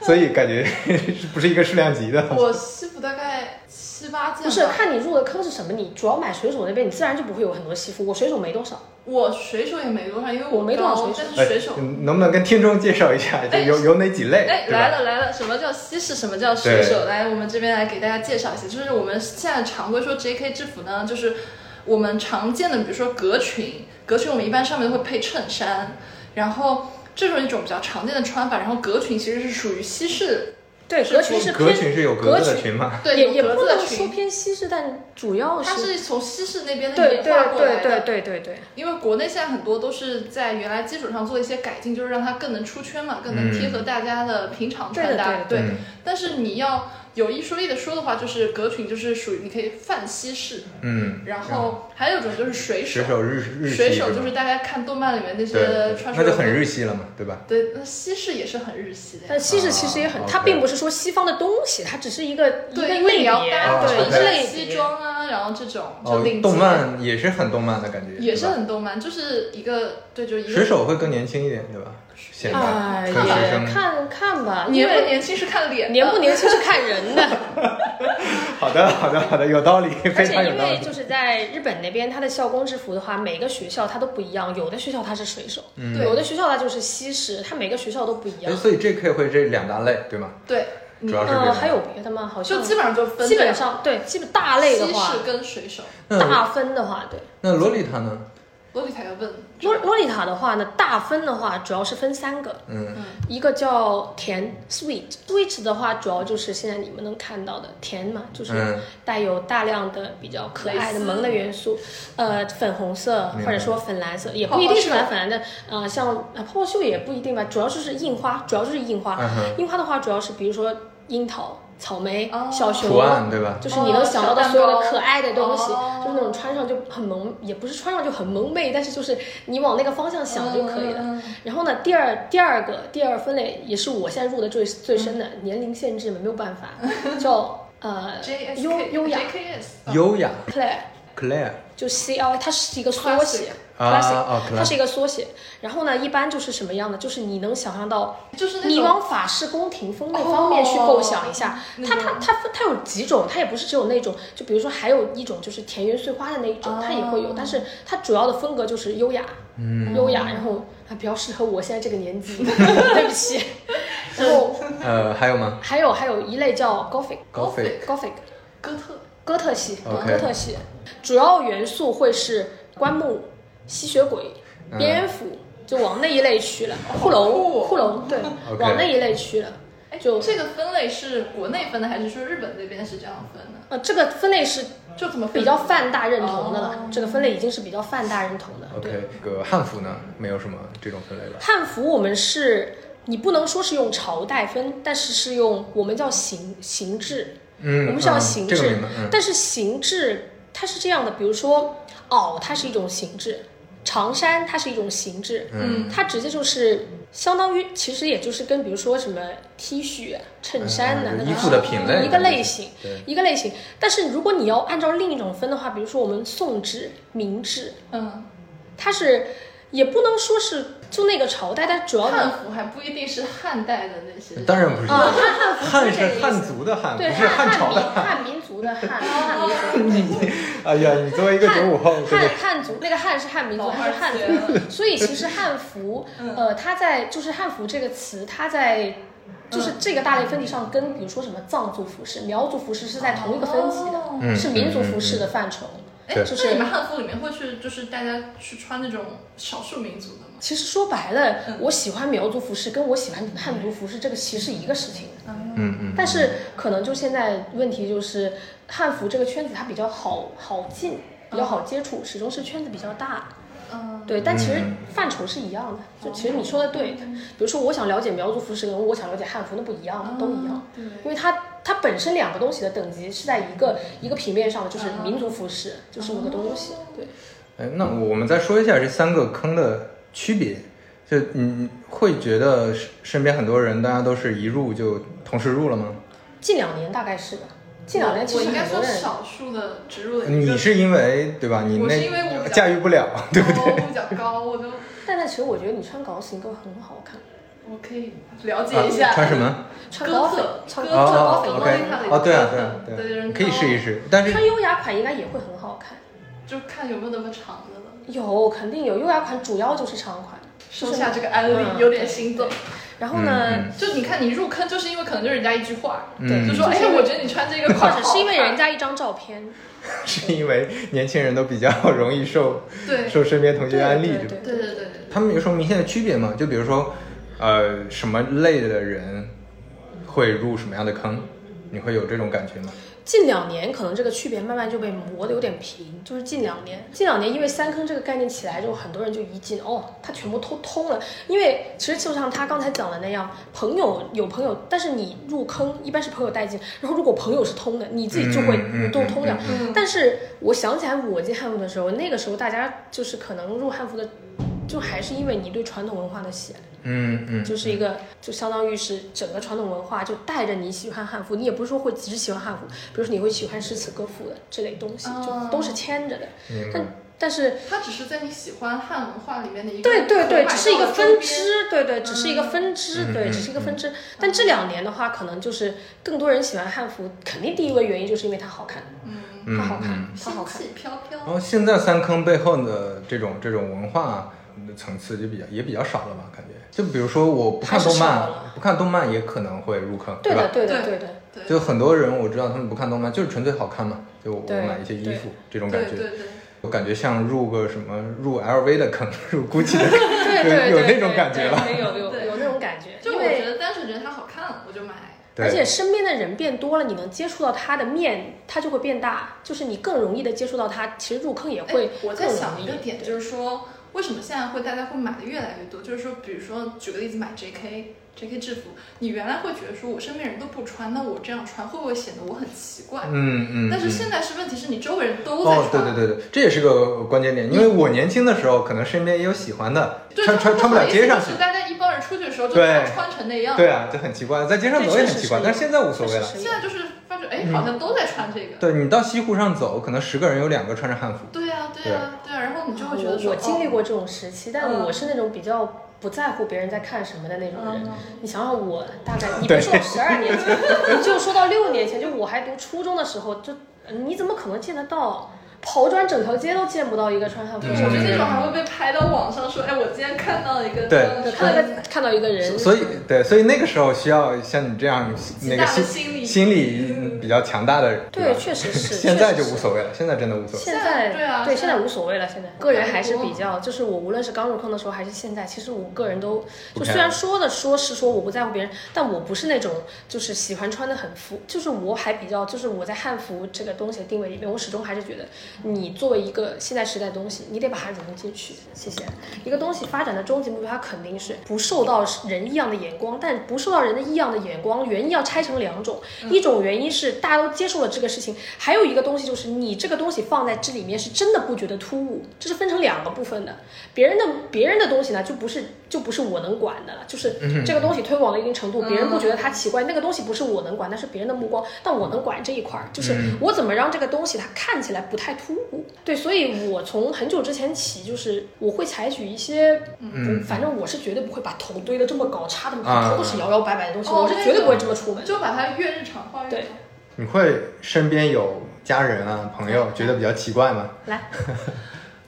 Speaker 1: 所以感觉 是不是一个数量级的。
Speaker 2: 我西服大概七八件吧。
Speaker 3: 不是看你入的坑是什么，你主要买水手那边，你自然就不会有很多西服。我水手没多少，
Speaker 2: 我水手也没多少，因为
Speaker 3: 我没多少
Speaker 2: 高
Speaker 3: 水手
Speaker 2: 但
Speaker 1: 哎
Speaker 2: 是水手。
Speaker 1: 嗯能不能跟听众介绍一下，就
Speaker 2: 哎
Speaker 1: 有有哪几类？
Speaker 2: 哎，
Speaker 1: 对吧
Speaker 2: 来了来了，什么叫西式，什么叫水手？来，我们这边来给大家介绍一下，就是我们现在常规说 JK 制服呢，就是我们常见的，比如说格裙，格裙我们一般上面都会配衬衫，然后这种一种比较常见的穿法，然后格裙其实是属于西式，
Speaker 3: 对，
Speaker 2: 是
Speaker 3: 格裙是
Speaker 1: 格
Speaker 3: 偏
Speaker 1: 裙是有格
Speaker 3: 格
Speaker 1: 子的
Speaker 3: 裙
Speaker 1: 裙吗？
Speaker 2: 对，
Speaker 3: 也也
Speaker 2: 有格
Speaker 3: 不
Speaker 2: 子
Speaker 3: 能
Speaker 2: 的
Speaker 3: 说
Speaker 2: 裙，
Speaker 3: 偏西式，但主要
Speaker 2: 它
Speaker 3: 是
Speaker 2: 是从西式那边的
Speaker 3: 对对
Speaker 2: 演化过来
Speaker 3: 对
Speaker 2: 的，
Speaker 3: 对对对对，
Speaker 2: 因为国内现在很多都是在原来基础上做一些改进，就是让它更能出圈嘛，更
Speaker 1: 嗯
Speaker 2: 能贴合大家的平常
Speaker 3: 对
Speaker 2: 穿
Speaker 3: 的
Speaker 2: 搭。
Speaker 3: 对
Speaker 2: 对
Speaker 1: 嗯，
Speaker 2: 但是你要有一说一的说的话，就是格裙就是属于你可以泛西式，
Speaker 1: 嗯，
Speaker 2: 然后还有一种就是水手
Speaker 1: 水，手日日系
Speaker 2: 水手就是是大家看动漫里面那
Speaker 1: 对，
Speaker 2: 些
Speaker 1: 对
Speaker 2: 穿水
Speaker 1: 那
Speaker 2: 手
Speaker 1: 就很日系了嘛，对吧？
Speaker 2: 对，那西式也是很日系的呀。
Speaker 3: 但西式其实也很，
Speaker 1: 啊
Speaker 3: 它
Speaker 1: OK
Speaker 3: 并不是说西方的东西，它只是一个一个
Speaker 2: 对，因为
Speaker 3: 类
Speaker 2: 你
Speaker 3: 别，啊
Speaker 2: 要搭
Speaker 1: 对
Speaker 2: 成一
Speaker 3: 对，一
Speaker 1: 对
Speaker 3: 个
Speaker 2: 类
Speaker 3: 类
Speaker 2: 西
Speaker 3: 别。
Speaker 2: 装啊，然后这种就
Speaker 1: 哦
Speaker 2: 领，结
Speaker 1: 动漫也是很动漫的感觉，
Speaker 2: 也是
Speaker 1: 对吧。
Speaker 2: 很动漫，就是一个对，就一
Speaker 1: 水
Speaker 2: 个。
Speaker 1: 手会更年轻一点，对吧？现在
Speaker 3: 哎，
Speaker 1: 很学
Speaker 3: 也
Speaker 1: 生。
Speaker 3: 看看吧，因
Speaker 2: 年不
Speaker 3: 为
Speaker 2: 年轻是看脸的，
Speaker 3: 年不年轻是看人的，
Speaker 1: 好的，好的，好的，有道理，
Speaker 3: 而
Speaker 1: 非
Speaker 3: 且
Speaker 1: 常有
Speaker 3: 因
Speaker 1: 道
Speaker 3: 为
Speaker 1: 理。
Speaker 3: 就是在日本那边，它的校工制服的话，每个学校它都不一样，有的学校它是水手，
Speaker 1: 嗯
Speaker 3: 有的学校它就是西式，它每个学校都不一
Speaker 1: 哎
Speaker 3: 样。
Speaker 1: 所以 JK 会这两大类，对吗？
Speaker 2: 对，
Speaker 1: 主要是这
Speaker 3: 嗯，
Speaker 1: 样。
Speaker 3: 还有别的吗？好像
Speaker 2: 就基本上就分
Speaker 3: 基
Speaker 2: 这
Speaker 3: 本
Speaker 2: 样
Speaker 3: 上对，基本大类的
Speaker 2: 西
Speaker 3: 话
Speaker 2: 式，跟水手，
Speaker 1: 那
Speaker 3: 大分的话，对。
Speaker 1: 嗯那洛丽塔呢？
Speaker 2: 洛丽塔要问，
Speaker 3: 洛洛丽塔的话呢，大分的话主要是分三个，
Speaker 1: 嗯，
Speaker 3: 一个叫甜 sweet，sweet 的话主要就是现在你们能看到的甜嘛，就是
Speaker 1: 嗯
Speaker 3: 带有大量的比较可爱
Speaker 2: 蕾丝
Speaker 3: 的萌的元素，呃，粉红色
Speaker 1: 明白
Speaker 3: 或者说粉蓝色，也
Speaker 2: 泡
Speaker 3: 不
Speaker 2: 嗯泡
Speaker 3: 一定是
Speaker 2: 袖
Speaker 3: 蓝粉蓝的，呃，像呃泡泡袖也不一定吧，主要就是印花，主要就是印花，
Speaker 1: 嗯哼
Speaker 3: 印花的话主要是比如说樱桃、草莓、
Speaker 2: 哦
Speaker 3: 小熊啊
Speaker 1: 图案对吧？
Speaker 3: 就是你能想到的所有的可爱的东西，
Speaker 2: 哦小蛋糕
Speaker 3: 就是那种穿上就很萌，也不是穿上就很萌妹，但是就是你往那个方向想就可以了。
Speaker 2: 嗯
Speaker 3: 然后呢，第二第二个第二分类也是我现在入的最最深的，
Speaker 2: 嗯
Speaker 3: 年龄限制嘛，没有办法，叫呃
Speaker 2: J S
Speaker 3: 优
Speaker 2: K
Speaker 3: 优雅
Speaker 2: J K S
Speaker 3: 嗯
Speaker 1: 优雅
Speaker 3: Claire，
Speaker 1: Claire
Speaker 3: 就 C L，它是一个缩写。
Speaker 1: 啊哦
Speaker 3: classic，
Speaker 1: ，classic
Speaker 3: 它是一个缩写。然后呢，一般就是什么样的？就是你能想象到
Speaker 2: 就是那
Speaker 3: 你
Speaker 2: 种
Speaker 3: 往法式宫廷风那方面去构想一下，
Speaker 2: 哦
Speaker 3: 它
Speaker 2: 那
Speaker 3: 它
Speaker 2: 种
Speaker 3: 它它有几种，它也不是只有那种，就比如说还有一种就是田园碎花的那一种，
Speaker 2: 哦
Speaker 3: 它也会有，但是它主要的风格就是优雅，嗯，优雅，然后啊比较适合我现在这个年 纪，对不起。然后
Speaker 1: 呃，还有吗
Speaker 3: 还有还有一类叫 gothic，gothic。
Speaker 1: ？Gothic
Speaker 2: 哥特，
Speaker 3: 哥特系
Speaker 1: OK
Speaker 3: 哥特系，主要元素会是棺木、吸血鬼、
Speaker 1: 嗯
Speaker 3: 蝙蝠，就往那一类去了。骷
Speaker 2: 酷
Speaker 3: 髅，
Speaker 2: 哦
Speaker 3: 骷髅，对
Speaker 1: OK
Speaker 3: 往那一类去了。
Speaker 2: 哎，
Speaker 3: 就
Speaker 2: 这个分类是国内分的，还是说日本那边是这样分的？
Speaker 3: 呃，这个分类是
Speaker 2: 就怎么分
Speaker 3: 比较泛大认同的了，
Speaker 2: 哦
Speaker 3: 这个分类已经是比较泛大认同的。对
Speaker 1: OK，这个汉服呢，没有什么这种分类吧？
Speaker 3: 汉服我们是，你不能说是用朝代分，但是是用我们叫形形制，
Speaker 1: 嗯，
Speaker 3: 我们是要
Speaker 1: 嗯
Speaker 3: 形制，
Speaker 1: 这个明白，嗯，
Speaker 3: 但是形制它是这样的，比如说袄，它是一种形制，长衫它是一种形制，
Speaker 2: 嗯
Speaker 3: 它直接就是相当于，其实也就是跟比如说什么 T 恤、衬衫呐、
Speaker 1: 嗯
Speaker 3: 那
Speaker 1: 衣服的品类
Speaker 3: 一个类型，
Speaker 1: 对，
Speaker 3: 一个类型。但是如果你要按照另一种分的话，比如说我们宋制、明制，
Speaker 2: 嗯，
Speaker 3: 它是也不能说是就那个朝代，但主要的
Speaker 2: 汉服还不一定是汉代的那些，
Speaker 1: 当然不是，
Speaker 3: 啊，汉汉服
Speaker 1: 汉
Speaker 3: 是这个
Speaker 1: 是
Speaker 3: 意
Speaker 1: 汉
Speaker 3: 思，
Speaker 1: 族的汉，不
Speaker 3: 对
Speaker 1: 是汉朝
Speaker 3: 汉
Speaker 1: 的
Speaker 3: 民
Speaker 1: 哦汉。
Speaker 3: 汉民族的汉，汉
Speaker 2: 哦
Speaker 3: 民族。
Speaker 1: 哎呀，你作为一个九五后，真
Speaker 3: 汉
Speaker 1: 的
Speaker 3: 汉族那个汉是汉民族
Speaker 2: 老
Speaker 3: 还
Speaker 2: 二
Speaker 3: 是汉
Speaker 2: 次
Speaker 3: 族？
Speaker 2: 元 了，
Speaker 3: 所以其实汉服，
Speaker 2: 嗯
Speaker 3: 呃，它在就是汉服这个词，它在就是
Speaker 2: 嗯
Speaker 3: 这个大类分级上，跟比如说什么藏族服饰、苗族服饰是在同一个分级的，
Speaker 2: 哦
Speaker 4: 嗯
Speaker 3: 是民族服饰的范畴。
Speaker 2: 哎，
Speaker 1: 对
Speaker 3: 就是
Speaker 2: 那你们汉服里面会去，就是大家去穿那种少数民族的吗？
Speaker 3: 其实说白
Speaker 2: 嗯
Speaker 3: 了，我喜欢苗族服饰，跟我喜欢汉族服饰这个其实是一个事情。
Speaker 1: 嗯嗯，
Speaker 3: 但是可能就现在问题就是，汉服这个圈子它比较好好进，比较好接触，始终是圈子比较大。
Speaker 2: 嗯，
Speaker 3: 对，但其实范畴是一样的。就其实你说的对，比如说我想了解苗族服饰，跟我想了解汉服，那不一样吗？都一样，
Speaker 2: 嗯对
Speaker 3: 因为它它本身两个东西的等级是在一个一个平面上的，就是民族服饰，就是那个东西。
Speaker 2: 哦
Speaker 3: 对，
Speaker 1: 哎，那我们再说一下这三个坑的区别。就你会觉得身身边很多人，大家都是一入就同时入了吗？
Speaker 3: 近两年大概是吧。近两年其
Speaker 2: 我
Speaker 3: 实
Speaker 2: 应该
Speaker 3: 很多
Speaker 2: 说
Speaker 3: 人
Speaker 2: 少数的植入了一个，
Speaker 1: 你是因为对吧？你
Speaker 2: 我是因为我
Speaker 1: 那
Speaker 2: 比较
Speaker 1: 驾驭不了，对不对？
Speaker 2: 我比较高，我都
Speaker 3: 但但其实我觉得你穿高领够很好看，
Speaker 2: 我可以了
Speaker 1: 啊
Speaker 2: 解一下。
Speaker 1: 穿什么？
Speaker 3: 穿
Speaker 2: 鸽
Speaker 3: 高
Speaker 2: 子
Speaker 3: 领，穿
Speaker 2: 鸽
Speaker 3: 穿
Speaker 2: 子
Speaker 3: 高
Speaker 1: 哦
Speaker 3: 领
Speaker 1: 哦
Speaker 2: 鸽子
Speaker 3: 高领
Speaker 2: 鸽子
Speaker 1: ，OK，哦，对啊，对啊，
Speaker 2: 对对
Speaker 1: 对啊，
Speaker 2: 人
Speaker 1: 你可以
Speaker 2: 高
Speaker 1: 试一试。但 是
Speaker 3: 穿优雅款应该也会很好看。
Speaker 2: 就看有没有那么长的了。
Speaker 3: 有肯定有优雅款，主要就是长款。
Speaker 2: 收下这个安利，
Speaker 3: 嗯
Speaker 2: 有点心动。
Speaker 3: 然后呢，
Speaker 1: 嗯
Speaker 2: 就你看，你入坑就是因为可能就是人家一句话，
Speaker 1: 嗯
Speaker 2: 就说
Speaker 3: 就
Speaker 2: 哎
Speaker 3: 是因，为
Speaker 2: 我觉得你穿这个
Speaker 3: 或
Speaker 2: 款好
Speaker 3: 者
Speaker 2: 看，
Speaker 3: 是因为人家一张照片，
Speaker 1: 是因为年轻人都比较容易受
Speaker 2: 对
Speaker 1: 受身边同学安利，
Speaker 3: 对
Speaker 1: 对吧？
Speaker 3: 对
Speaker 2: 对对对对
Speaker 1: 他们有什么明显的区别吗？就比如说，呃，什么类的人会入什么样的坑？你会有这种感觉吗？
Speaker 3: 近两年可能这个区别慢慢就被磨得有点平，就是近两年，近两年因为三坑这个概念起来之后，很多人就一进哦，他全部都通了。因为其实就像他刚才讲的那样，朋友有朋友，但是你入坑一般是朋友带进，然后如果朋友是通的，你自己就会
Speaker 1: 嗯嗯
Speaker 3: 你都通掉。
Speaker 2: 嗯
Speaker 3: 但是我想起来我进汉服的时候，那个时候大家就是可能入汉服的，就还是因为你对传统文化的喜爱。
Speaker 1: 嗯嗯，
Speaker 3: 就是一个，就相当于是整个传统文化就带着你喜欢汉服，你也不是说会只喜欢汉服，比如说你会喜欢诗词歌赋的这类东西，
Speaker 2: 哦
Speaker 3: 就都是牵着的。
Speaker 1: 明白
Speaker 3: 但。但是，
Speaker 2: 它只是在你喜欢汉文化里面的一个
Speaker 3: 对对对，
Speaker 2: 可买到的
Speaker 3: 只是一个分
Speaker 2: 周边。
Speaker 3: 支，对对，只是一个分支，对，
Speaker 1: 嗯
Speaker 3: 只是一个分支。但这两年的话，可能就是更多人喜欢汉服，肯定第一个原因就是因为它好看，
Speaker 2: 嗯，
Speaker 3: 它
Speaker 1: 嗯
Speaker 3: 好看
Speaker 1: 嗯，
Speaker 3: 它
Speaker 2: 仙
Speaker 3: 好看。
Speaker 2: 气飘飘
Speaker 1: 然。后现在三坑背后的这种这种文化层次就比较也比较少了吧？感觉就比如说我不看
Speaker 3: 还是
Speaker 1: 动
Speaker 3: 少
Speaker 1: 漫
Speaker 3: 了，
Speaker 1: 不看动漫也可能会入坑，
Speaker 3: 对的，
Speaker 1: 吧？
Speaker 3: 对的，
Speaker 2: 对
Speaker 3: 对的。
Speaker 2: 对
Speaker 1: 就很多人我知道他们不看动漫，就是纯粹好看嘛，就我
Speaker 3: 对
Speaker 1: 买一些衣
Speaker 3: 对
Speaker 1: 服这种感
Speaker 2: 对
Speaker 1: 觉。
Speaker 2: 对对，
Speaker 1: 我感觉像入个什么入 LV 的坑， 入 GUCCI 的坑，
Speaker 3: 对对
Speaker 1: 有
Speaker 3: 对
Speaker 1: 那种
Speaker 3: 对
Speaker 1: 感觉
Speaker 3: 对
Speaker 1: 了
Speaker 3: 对有有
Speaker 2: 对
Speaker 3: 有那种感觉，
Speaker 2: 就
Speaker 3: 因
Speaker 2: 我
Speaker 3: 为
Speaker 2: 觉得单纯觉得它好看，我就买。
Speaker 1: 对
Speaker 3: 而且身边的人变多了，你能接触到他的面，他就会变大，就是你更容易的接触到他，其实入坑也
Speaker 2: 哎
Speaker 3: 会
Speaker 2: 我
Speaker 3: 更
Speaker 2: 在
Speaker 3: 容易。
Speaker 2: 想一个点，就是说为什么现在会大家会买的越来越多？就是说，比如说举个例子，买 JK。J.K. 制服，你原来会觉得说我身边人都不穿，那我这样穿会不会显得我很奇怪？
Speaker 1: 嗯嗯。
Speaker 2: 但是
Speaker 1: 嗯
Speaker 2: 现在是问题是你周围人都在穿，
Speaker 1: 哦，对对对对，这也是个关键点，因为我年轻的时候，可能身边也有喜欢的，
Speaker 2: 对
Speaker 1: 穿穿
Speaker 2: 他
Speaker 1: 穿不
Speaker 2: 好
Speaker 1: 了
Speaker 2: 意
Speaker 1: 街
Speaker 2: 思
Speaker 1: 上
Speaker 2: 就
Speaker 1: 去
Speaker 2: 是。大家一帮人出去的时候，就
Speaker 1: 对
Speaker 2: 穿成那样。
Speaker 1: 对啊，就很奇怪，在街上
Speaker 3: 对
Speaker 1: 走也
Speaker 3: 确
Speaker 1: 很
Speaker 3: 实
Speaker 1: 奇怪，
Speaker 3: 是
Speaker 1: 但是现在无所谓
Speaker 3: 确实
Speaker 1: 了。
Speaker 3: 是
Speaker 2: 现在就是发觉，哎，好像都在穿这个。
Speaker 1: 对你到西湖上走，可能十个人有两个穿着汉服。
Speaker 2: 对呀、对呀、对啊呀、然后你就会觉得
Speaker 3: 我
Speaker 2: 说，
Speaker 3: 我经历
Speaker 2: 哦
Speaker 3: 过这种时期，但
Speaker 2: 嗯
Speaker 3: 我是那种比较不在乎别人在看什么的那种人。
Speaker 2: 嗯
Speaker 3: 你想想我，大概你
Speaker 1: 啊对
Speaker 3: 别说十二年前，你就说到六年前，就我还读初中的时候，就你怎么可能见得到？刨砖整条街都见不到一个穿汉服
Speaker 2: 对，
Speaker 3: 的
Speaker 2: 我
Speaker 3: 人。
Speaker 2: 觉得那种还会被拍到网上说，哎，我今天看到一个，
Speaker 1: 嗯对
Speaker 2: 嗯看
Speaker 3: 看
Speaker 2: 到
Speaker 3: 到一
Speaker 2: 一
Speaker 3: 个
Speaker 2: 个
Speaker 3: 看到一个人，
Speaker 1: 所以对，所以那个时候需要像你这样那
Speaker 2: 大
Speaker 1: 个
Speaker 2: 的
Speaker 1: 心
Speaker 2: 心理
Speaker 1: 心理比较强大的人。
Speaker 3: 对，
Speaker 1: 吧
Speaker 3: 确实 是。
Speaker 1: 现在就
Speaker 3: 确实
Speaker 1: 无
Speaker 3: 是
Speaker 1: 所谓了，现在真的无所谓。
Speaker 3: 现
Speaker 2: 在
Speaker 3: 在
Speaker 2: 对啊现
Speaker 3: 现
Speaker 2: 在
Speaker 3: 在无所谓了。现在个人还是比较，就是我无论是刚入坑的时候还是现在，其实我个人都
Speaker 1: 不
Speaker 3: 就
Speaker 1: 看
Speaker 3: 虽然说的说是说我不在乎别人，但我不是那种就是喜欢穿的很服，就是我还比较就是我在汉服这个东西的定位里面，我始终还是觉得你作为一个现代时代的东西，你得把它融进去。谢谢。一个东西发展的终极目标，它肯定是不受到人异样的眼光，但不受到人的异样的眼光，原因要拆成两种，一种原因是大家都接受了这个事情，还有一个东西就是你这个东西放在这里面是真的不觉得突兀，这是分成两个部分的。别人的别人的东西呢，就不是就不是我能管的了，就是这个东西推广到一定程度，别人不觉得它奇怪，那个东西不是我能管，但是别人的目光，但我能管这一块儿，就是我怎么让这个东西它看起来不太突兀。对，所以我从很久之前起，就是我会采取一些，嗯，反正我是绝对不会把头堆得这么高，插这么
Speaker 1: 啊
Speaker 3: 高，头都是摇摇摆摆的东西，
Speaker 2: 哦
Speaker 3: 我是绝对不会这么出门。
Speaker 2: 就把它越日常化越
Speaker 3: 对
Speaker 2: 好。
Speaker 1: 你会身边有家人啊、朋友觉得比较奇怪吗？
Speaker 3: 来，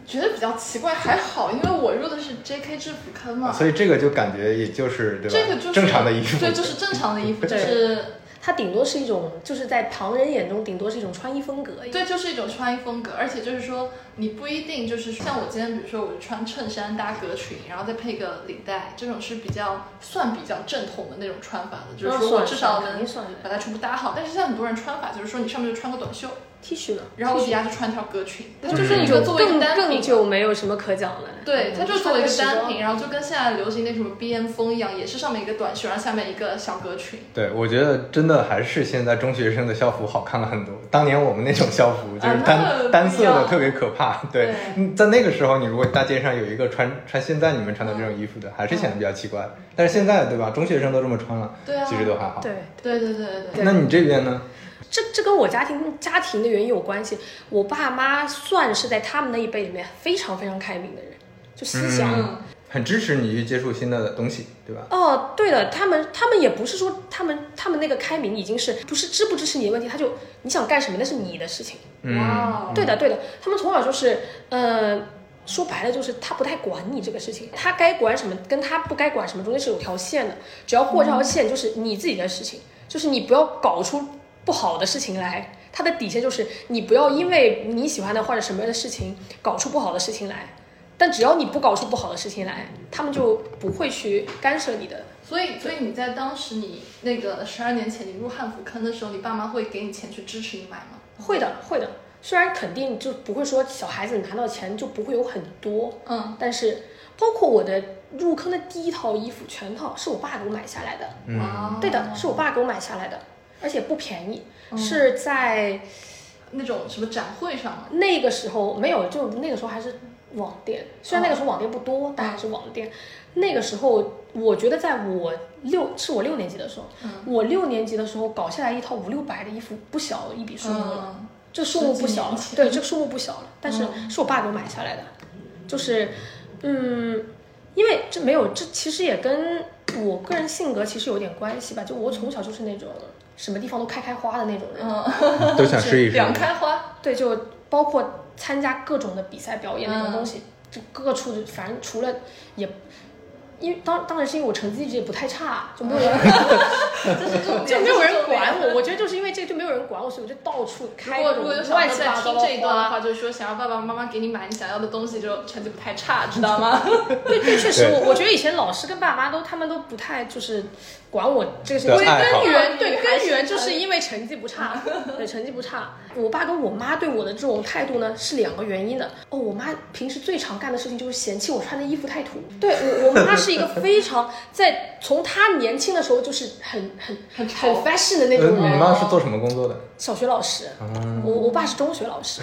Speaker 2: 觉得比较奇怪，还好，因为我入的是 J.K. 制服坑嘛，
Speaker 1: 啊所以这个就感觉也就是对吧？
Speaker 2: 这个就是
Speaker 1: 正常的衣服。
Speaker 2: 对，就是正常的衣服，就
Speaker 3: 对
Speaker 2: 是
Speaker 3: 它顶多是一种，就是在旁人眼中顶多是一种穿衣风格。，
Speaker 2: 对，就是一种穿衣风格，而且就是说，你不一定就是像我今天，比如说我穿衬衫搭格裙，然后再配个领带，这种是比较算比较正统的那种穿法的，就是说我至少
Speaker 3: 肯
Speaker 2: 能
Speaker 3: 定算的。
Speaker 2: 把它全部搭好。但是像很多人穿法，就是说你上面就穿个短袖，
Speaker 3: T 恤呢？
Speaker 2: 然后
Speaker 3: T
Speaker 2: 底
Speaker 3: 恤
Speaker 2: 下就穿条格裙，它
Speaker 3: 就
Speaker 2: 就是
Speaker 3: 是
Speaker 2: 一
Speaker 3: 你
Speaker 2: 个
Speaker 3: 就
Speaker 2: 作为一
Speaker 3: 更
Speaker 2: 个单
Speaker 3: 更
Speaker 2: 品。
Speaker 3: 就没有什么可讲了。
Speaker 2: 对，它
Speaker 3: 嗯
Speaker 2: 就作为一个
Speaker 3: 穿
Speaker 2: 单
Speaker 3: 时
Speaker 2: 品，然后就跟现在流行那什么 BM 风一样，也是上面一个短袖，然后下面一个小格裙。
Speaker 1: 对，我觉得真的还是现在中学生的校服好看了很多。当年我们那种校服就是
Speaker 2: 啊
Speaker 1: 单、
Speaker 2: 那不一样
Speaker 1: 单色的，特别可怕。对，
Speaker 2: 对
Speaker 1: 嗯在那个时候，你如果大街上有一个穿穿现在你们穿的这种衣服的，还是显得比较奇怪。但是现在对吧，中学生都这么穿了，
Speaker 2: 嗯对啊
Speaker 1: 其实都还好。
Speaker 3: 对，
Speaker 2: 对对对对对，
Speaker 1: 那你这边呢？
Speaker 3: 这这跟我家庭家庭的原因有关系。我爸妈算是在他们那一辈里面非常非常开明的人，就思想。
Speaker 1: 嗯很支持你去接触新的东西，对吧？
Speaker 3: 哦，对了，他们他们也不是说他们他们那个开明已经是不是支不支持你的问题，他就你想干什么那是你的事情。
Speaker 1: 嗯，
Speaker 2: 哇，
Speaker 3: 对的，对的，他们从小就是，呃，说白了就是他不太管你这个事情，他该管什么跟他不该管什么中间是有条线的，只要过这条线就是你自己的事情，就是你不要搞出不好的事情来。他的底线就是你不要因为你喜欢的或者什么样的事情搞出不好的事情来，但只要你不搞出不好的事情来，他们就不会去干涉你的。
Speaker 2: 所以，所以你在当时你那个十二年前你入汉服坑的时候，你爸妈会给你钱去支持你买吗？
Speaker 3: 会的，会的。虽然肯定就不会说小孩子拿到钱就不会有很多，
Speaker 2: 嗯，
Speaker 3: 但是包括我的入坑的第一套衣服全套是我爸给我买下来的，
Speaker 1: 嗯
Speaker 2: 哇
Speaker 3: 对的，是我爸给我买下来的，而且不便宜，是在
Speaker 2: 那种什么展会上吗？
Speaker 3: 那个时候没有，就那个时候还是网店，虽然那个时候网店不多，但还是网店。那个时候我觉得在我六是我六年级的时候，我六年级的时候搞下来一套五六百的衣服，不小一笔数目了。
Speaker 2: 嗯，
Speaker 3: 这数目不小了
Speaker 2: 十几年前，
Speaker 3: 对，这个数目不小了，但是
Speaker 2: 嗯
Speaker 3: 是我爸给我买下来的，就是，嗯，因为这没有，这其实也跟我个人性格其实有点关系吧，就我从小就是那种什么地方都开开花的那种人，
Speaker 2: 嗯，
Speaker 1: 都想试一试。
Speaker 2: 两开花，
Speaker 3: 对，就包括参加各种的比赛表演
Speaker 2: 嗯
Speaker 3: 那种东西，就各处的，反正除了也。因为当当然是因为我成绩一直也不太差，就没有人、
Speaker 2: 嗯这是 重点，
Speaker 3: 就没有人
Speaker 2: 这是
Speaker 3: 管我。
Speaker 2: 重点。
Speaker 3: 我觉得就是因为这个就没有人管我，所以我就到处开
Speaker 2: 如
Speaker 3: 各
Speaker 2: 果
Speaker 3: 种
Speaker 2: 如果有小朋
Speaker 3: 乱
Speaker 2: 友
Speaker 3: 七
Speaker 2: 在
Speaker 3: 八糟
Speaker 2: 听
Speaker 3: 的
Speaker 2: 这一段
Speaker 3: 花
Speaker 2: 的话，就是说想要爸爸妈妈给你买你想要的东西，就成绩不太差，知道吗？
Speaker 3: 对对，确实，
Speaker 1: 对
Speaker 3: 我我觉得以前老师跟爸妈都，他们都不太就是管我这个事情。
Speaker 1: 对爱好
Speaker 3: 根源
Speaker 2: 女
Speaker 3: 对
Speaker 2: 孩
Speaker 3: 根源
Speaker 2: 是
Speaker 3: 就是因为成绩不差，对成绩不差。我爸跟我妈对我的这种态度呢是两个原因的。哦，我妈平时最常干的事情就是嫌弃我穿的衣服太土。对我，我妈是一个非常 在从她年轻的时候就是很很
Speaker 2: 很
Speaker 3: 很
Speaker 2: 潮
Speaker 3: fashion 的那
Speaker 1: 呃，
Speaker 3: 种
Speaker 1: 你
Speaker 2: 哦
Speaker 3: 人。
Speaker 1: 妈是做什么工作的？
Speaker 3: 小学老师，
Speaker 1: 啊，
Speaker 3: 我我爸是中学老师，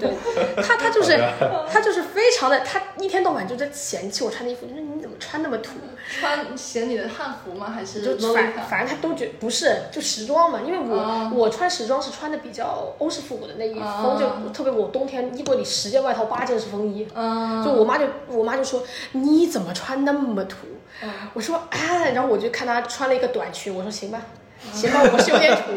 Speaker 3: 对他他就是 他就是非常的，他一天到晚就在嫌弃我穿的衣服，就是你怎么穿那么土？
Speaker 2: 穿嫌你的汉服吗？还是
Speaker 3: 就
Speaker 2: 洛丽
Speaker 3: 反
Speaker 2: 塔？
Speaker 3: 反正他都觉不是就时装嘛，因为我、
Speaker 2: 啊
Speaker 3: 我穿时装是穿的比较欧式复古的那一
Speaker 2: 啊
Speaker 3: 风，就特别我冬天衣柜里十件外套八件是风衣，
Speaker 2: 嗯，
Speaker 3: 就我妈就我妈就说你怎么穿那么土？
Speaker 2: 嗯
Speaker 3: 我说哎，然后我就看她穿了一个短裙，我说行吧。行吧，我是有点土，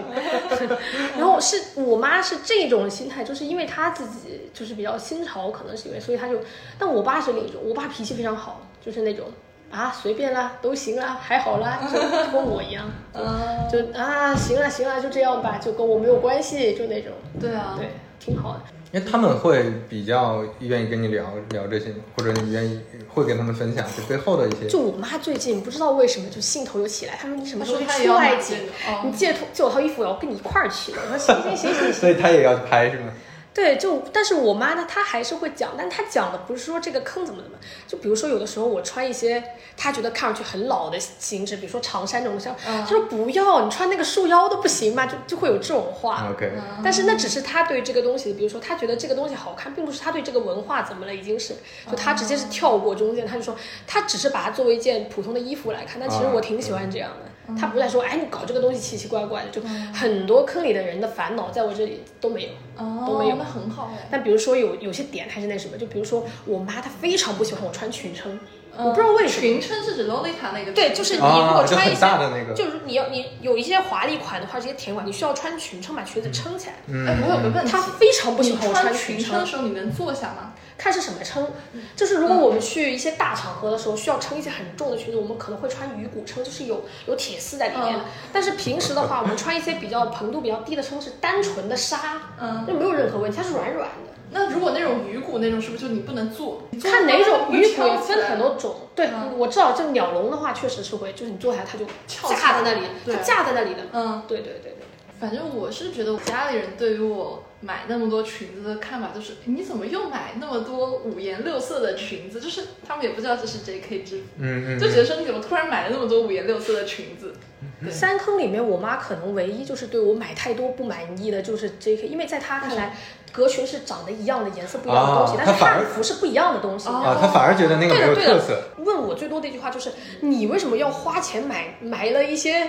Speaker 3: 然后是我妈是这种心态，就是因为她自己就是比较新潮，可能是因为，所以她就，但我爸是另一种，我爸脾气非常好，就是那种啊随便啦，都行啦，还好啦，就就跟我一样，
Speaker 2: 嗯，
Speaker 3: 就啊行啦行啦，就这样吧，就跟我没有关系，就那种，
Speaker 2: 对啊，
Speaker 3: 对，挺好的。
Speaker 1: 因为他们会比较愿意跟你聊聊这些吗，或者你愿意会跟他们分享这背后的一些
Speaker 3: 就我妈最近不知道为什么就兴头又起来，她说你什么时候去
Speaker 2: 她说她
Speaker 3: 出
Speaker 2: 也要
Speaker 3: 外
Speaker 2: 买
Speaker 3: 景
Speaker 2: 这个哦？
Speaker 3: 你借头借我套衣服，我要跟你一块儿去。我说行行行行行。
Speaker 1: 所以他也要拍是吗？
Speaker 3: 对，就但是我妈呢，她还是会讲，但她讲的不是说这个坑怎么怎么，就比如说有的时候我穿一些她觉得看上去很老的形制，比如说长衫这种像，她、
Speaker 2: 嗯
Speaker 3: 说不要，你穿那个束腰都不行嘛，就就会有这种话。
Speaker 1: OK，
Speaker 2: 嗯
Speaker 3: 但是那只是她对这个东西，比如说她觉得这个东西好看，并不是她对这个文化怎么了，已经是就她直接是跳过中间，她就说她只是把它作为一件普通的衣服来看，但其实
Speaker 1: 啊
Speaker 3: 我挺喜欢这样的。她不再说，哎，你搞这个东西奇奇怪怪的，就很多坑里的人的烦恼，在我这里都没有。都
Speaker 2: 哦
Speaker 3: 没有
Speaker 2: 那很好哎。
Speaker 3: 但比如说有有些点还是那什么，就比如说我妈她非常不喜欢我穿裙撑，我不知道为什
Speaker 2: 嗯
Speaker 3: 么。
Speaker 2: 裙撑是指 Lolita 那个裙，
Speaker 3: 对，就是嗯你如
Speaker 1: 啊，
Speaker 3: 果
Speaker 1: 就
Speaker 3: 穿一
Speaker 1: 很
Speaker 3: 些，
Speaker 1: 大的那个，
Speaker 3: 就是你要你有一些华丽款的话，这些甜款，你需要穿裙撑把裙子撑起来。
Speaker 1: 嗯
Speaker 2: 哎，我有个问题，
Speaker 3: 她非常不喜欢
Speaker 2: 你
Speaker 3: 我
Speaker 2: 穿
Speaker 3: 裙
Speaker 2: 裙撑的时候你能坐下吗？
Speaker 3: 看是什么撑，就是如果我们去一些大场合的时候，需要撑一些很重的裙子，我们可能会穿鱼骨撑，就是有有铁丝在里面的
Speaker 2: 嗯。
Speaker 3: 但是平时的话，我们穿一些比较蓬度比较低的撑，是单纯的纱，
Speaker 2: 嗯，
Speaker 3: 就没有任何问题，它是软软的。
Speaker 2: 那如果那种鱼骨那种，是不是就你不能坐？
Speaker 3: 看哪种鱼骨也分很
Speaker 2: 多。
Speaker 3: 多种，对、
Speaker 2: 嗯
Speaker 3: 我知道，就鸟笼的话确实是会，就是你坐下它就
Speaker 2: 翘起
Speaker 3: 架
Speaker 2: 来
Speaker 3: 在那里，它
Speaker 2: 对
Speaker 3: 架在那里的，
Speaker 2: 嗯，
Speaker 3: 对对对对。
Speaker 2: 反正我是觉得我家里人对于我买那么多裙子的看法就是，你怎么又买那么多五颜六色的裙子？就是他们也不知道这是 JK 制服，
Speaker 1: 嗯嗯
Speaker 2: 就觉得说你怎么突然买了那么多五颜六色的 裙子？对
Speaker 3: 嗯三坑里面，我妈可能唯一就是对我买太多不满意的就是 JK，因为在她看
Speaker 2: 嗯
Speaker 3: 来，格裙是长得一样的颜色不一样的东西，
Speaker 1: 啊
Speaker 3: 但
Speaker 1: 她
Speaker 3: 是
Speaker 1: 反而
Speaker 3: 汉服是不一样的东西。
Speaker 2: 哦
Speaker 1: 啊，他反而觉得那个
Speaker 3: 对
Speaker 1: 没有
Speaker 3: 的对
Speaker 1: 特
Speaker 3: 的
Speaker 1: 色，
Speaker 3: 问我最多的一句话就是，你为什么要花钱买买了一些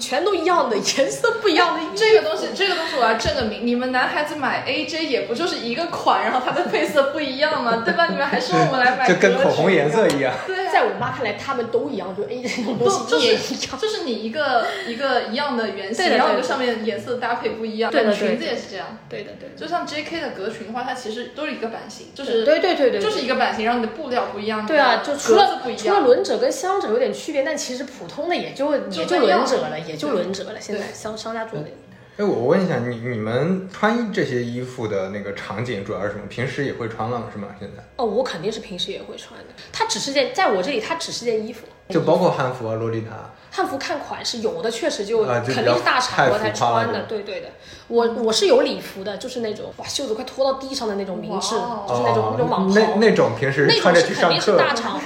Speaker 3: 全都一样的颜色不一样的 衣服？
Speaker 2: 这个东西，这个东西我要证个明。你们男孩子买 AJ 也不就是一个款，然后它的配色不一样嘛，对吧？你们还说我们来 买
Speaker 1: 就跟
Speaker 2: 格
Speaker 1: 口红
Speaker 2: 裙
Speaker 1: 颜色一样。
Speaker 2: 对啊，
Speaker 3: 在我妈看来，他们都一样，就 A 这种东
Speaker 2: 不
Speaker 3: 西
Speaker 2: 就
Speaker 3: 一也
Speaker 2: 是
Speaker 3: 一样。
Speaker 2: 就是你一个一个一样的圆
Speaker 3: 对
Speaker 2: 形，
Speaker 3: 的
Speaker 2: 然后
Speaker 3: 对
Speaker 2: 你
Speaker 3: 的
Speaker 2: 上面颜色搭配不一样，
Speaker 3: 对的对
Speaker 2: 裙
Speaker 3: 的
Speaker 2: 子也是这样。
Speaker 3: 对的对的，
Speaker 2: 就像 J.K. 的格裙的话，它其实都是一个版型，就
Speaker 3: 对
Speaker 2: 是
Speaker 3: 对对对对，
Speaker 2: 就是一个版型，然后你的布料不一样，
Speaker 3: 对啊，
Speaker 2: 你的
Speaker 3: 就除
Speaker 2: 格
Speaker 3: 了
Speaker 2: 子不一
Speaker 3: 除了
Speaker 2: 样。
Speaker 3: 轮者跟香者有点区别，但其实普通的也就
Speaker 2: 就
Speaker 3: 也
Speaker 2: 那
Speaker 3: 就
Speaker 2: 样
Speaker 3: 轮者了，也就轮者了。现在
Speaker 2: 对
Speaker 3: 商商家做的，
Speaker 1: 哎，我问一下，你你们穿这些衣服的那个场景主要是什么？平时也会穿吗？是吗？现在
Speaker 3: 哦，我肯定是平时也会穿的。它只是件，在我这里它只是件衣服，
Speaker 1: 就包括汉服啊、洛丽塔，
Speaker 3: 汉服看款式，有的确实就
Speaker 1: 啊就比较
Speaker 3: 肯定是大场合才穿
Speaker 1: 太浮夸
Speaker 3: 的，
Speaker 1: 了
Speaker 3: 对对的。我我是有礼服的，就是那种把袖子快拖到地上的那种明制，
Speaker 2: 哇
Speaker 3: 就是那种那种
Speaker 1: 哦
Speaker 3: 网
Speaker 1: 那
Speaker 3: 袍。
Speaker 1: 那种平时
Speaker 3: 那
Speaker 1: 穿
Speaker 3: 种
Speaker 1: 着
Speaker 3: 是
Speaker 1: 去
Speaker 3: 肯
Speaker 1: 上
Speaker 3: 定是
Speaker 1: 课，
Speaker 3: 大场合，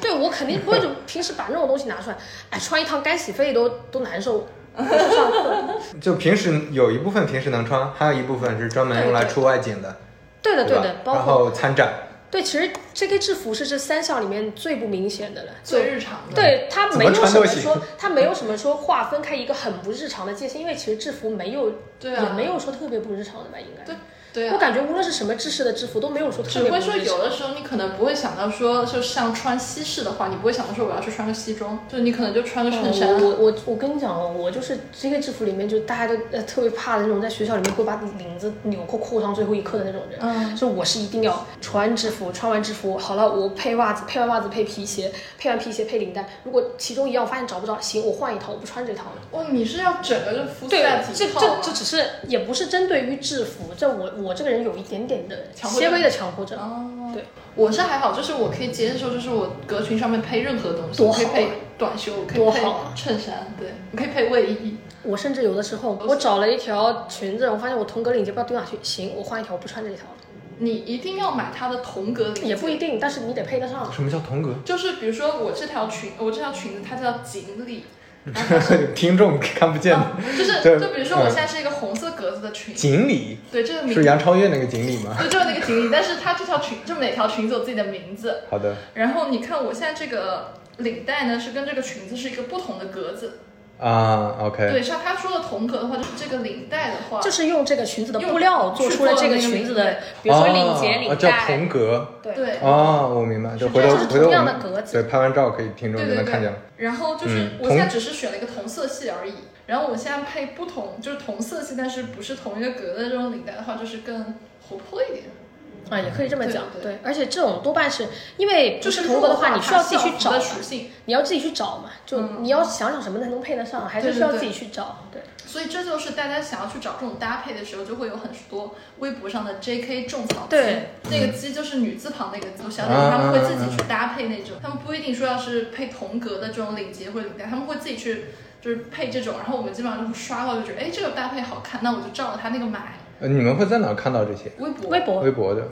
Speaker 3: 对我肯定不会就平时把那种东西拿出来，哎，穿一趟干洗费都都难受。去上课，
Speaker 1: 就平时有一部分平时能穿，还有一部分是专门用来出外景的，
Speaker 3: 对的对
Speaker 1: 吧
Speaker 3: 的，包
Speaker 1: 然
Speaker 3: 括
Speaker 1: 后参展，
Speaker 3: 对，其实 JK 制服是这三项里面最不明显的了，
Speaker 2: 最
Speaker 3: 就。
Speaker 2: 日常的，
Speaker 3: 对它
Speaker 1: 怎
Speaker 3: 没
Speaker 1: 么
Speaker 3: 有
Speaker 1: 穿
Speaker 3: 什
Speaker 1: 都
Speaker 3: 么
Speaker 1: 行
Speaker 3: 说，它没有什么说划分开一个很不日常的界限，因为其实制服没有，
Speaker 2: 对啊
Speaker 3: 也没有说特别不日常的吧，应该。
Speaker 2: 对对
Speaker 3: 我
Speaker 2: 啊，
Speaker 3: 感觉无论是什么制式的制服都没有说特
Speaker 2: 只
Speaker 3: 别不
Speaker 2: 会说
Speaker 3: 日常。
Speaker 2: 有的时候你可能不会想到说，就像穿西式的话，你不会想到说我要去穿个西装，就你可能就穿个衬衫
Speaker 3: 嗯。我我我跟你讲哦，我就是这个制服里面，就大家都呃特别怕的那种，在学校里面会把领子纽扣扣上最后一刻的那种人。
Speaker 2: 嗯
Speaker 3: 就我是一定要穿制服，穿完制服好了，我配袜子，配完袜子配皮鞋，配完皮鞋配领带。如果其中一样我发现找不着，行，我换一套，我不穿这套了。
Speaker 2: 哇，哦你是要整个就肤色
Speaker 3: 对，这
Speaker 2: 几
Speaker 3: 这
Speaker 2: 套吗
Speaker 3: 这只是也不是针对于制服，这我我这个人有一点点的
Speaker 2: 强迫症
Speaker 3: 些微的强迫症。
Speaker 2: 哦，
Speaker 3: 对，
Speaker 2: 我是还好，就是我可以接受，就是我格裙上面配任何东西，
Speaker 3: 多
Speaker 2: 我可以
Speaker 3: 好啊
Speaker 2: 配短袖，我可以
Speaker 3: 多
Speaker 2: 配
Speaker 3: 好啊
Speaker 2: 衬衫，对，我可以配卫衣，
Speaker 3: 我甚至有的时候，我找了一条裙子，我发现我同格领结不知道丢哪去，行，我换一条，我不穿这一条了。
Speaker 2: 你一定要买它的同格领
Speaker 3: 也不
Speaker 2: 结
Speaker 3: 一定，但是你得配得上。
Speaker 1: 什么叫同格？
Speaker 2: 就是比如说我这条裙，我这条裙子它叫锦 鲤，
Speaker 1: 听众看不见的，
Speaker 2: 就是
Speaker 1: 对
Speaker 2: 就比如说
Speaker 3: 嗯
Speaker 2: 我现在是一个红色格子的裙，
Speaker 1: 锦鲤
Speaker 2: 对，这个名
Speaker 1: 是杨超越那个锦鲤吗？
Speaker 2: 对，就是那个锦鲤，但是它这条裙，就每条裙子有自己的名字，
Speaker 1: 好的
Speaker 2: 然后你看我现在这个领带呢是跟这个裙子是一个不同的格子，
Speaker 1: 啊，OK，
Speaker 2: 对，像他说的同格的话，就是这个领带的话，
Speaker 3: 就是用这个裙子的布料做出了这个裙子的，比如说领结、
Speaker 1: 哦
Speaker 3: 领
Speaker 1: 叫
Speaker 3: 带，
Speaker 1: 同格
Speaker 3: 对，
Speaker 2: 对。
Speaker 1: 哦，我明白，就是回
Speaker 3: 这
Speaker 1: 头
Speaker 3: 样就是
Speaker 1: 回头
Speaker 3: 同
Speaker 1: 我
Speaker 3: 样的
Speaker 1: 们
Speaker 3: 格子
Speaker 1: 对拍完照可以听众
Speaker 2: 对
Speaker 1: 就
Speaker 2: 对
Speaker 1: 能看见
Speaker 2: 对
Speaker 1: 了。，
Speaker 2: 然后就是
Speaker 1: 嗯
Speaker 2: 我
Speaker 1: 同
Speaker 2: 现在只是选了一个同色系而已，然后我现在配不同，就是同色系，但是不是同一个格的这种领带的话，就是更活泼一点。
Speaker 3: 啊，也可以这么讲。
Speaker 2: 对对
Speaker 3: 对，而且这种多半是因为不
Speaker 2: 就是
Speaker 3: 同格的
Speaker 2: 弱化
Speaker 3: 话，你需要自己去找
Speaker 2: 它校服的
Speaker 3: 嘛，
Speaker 2: 属性，
Speaker 3: 你要自己去找嘛，就你要想想什么才能配得上，还
Speaker 2: 对对
Speaker 3: 是需要
Speaker 2: 对
Speaker 3: 自己去找。对，
Speaker 2: 所以这就是大家想要去找这种搭配的时候，就会有很多微博上的 JK 种草机
Speaker 3: 对，嗯
Speaker 2: 那个鸡就是女字旁那个字，我想
Speaker 1: 啊
Speaker 2: 想，他们会自己去搭配那种，他们不一定说要是配同格的这种领结或者领带，他们会自己去就是配这种，然后我们基本上就会刷到，就觉得哎这个搭配好看，那我就照着他那个买。
Speaker 1: 呃，你们会在哪儿看到这些？
Speaker 2: 微博、
Speaker 3: 微博
Speaker 1: 微博的，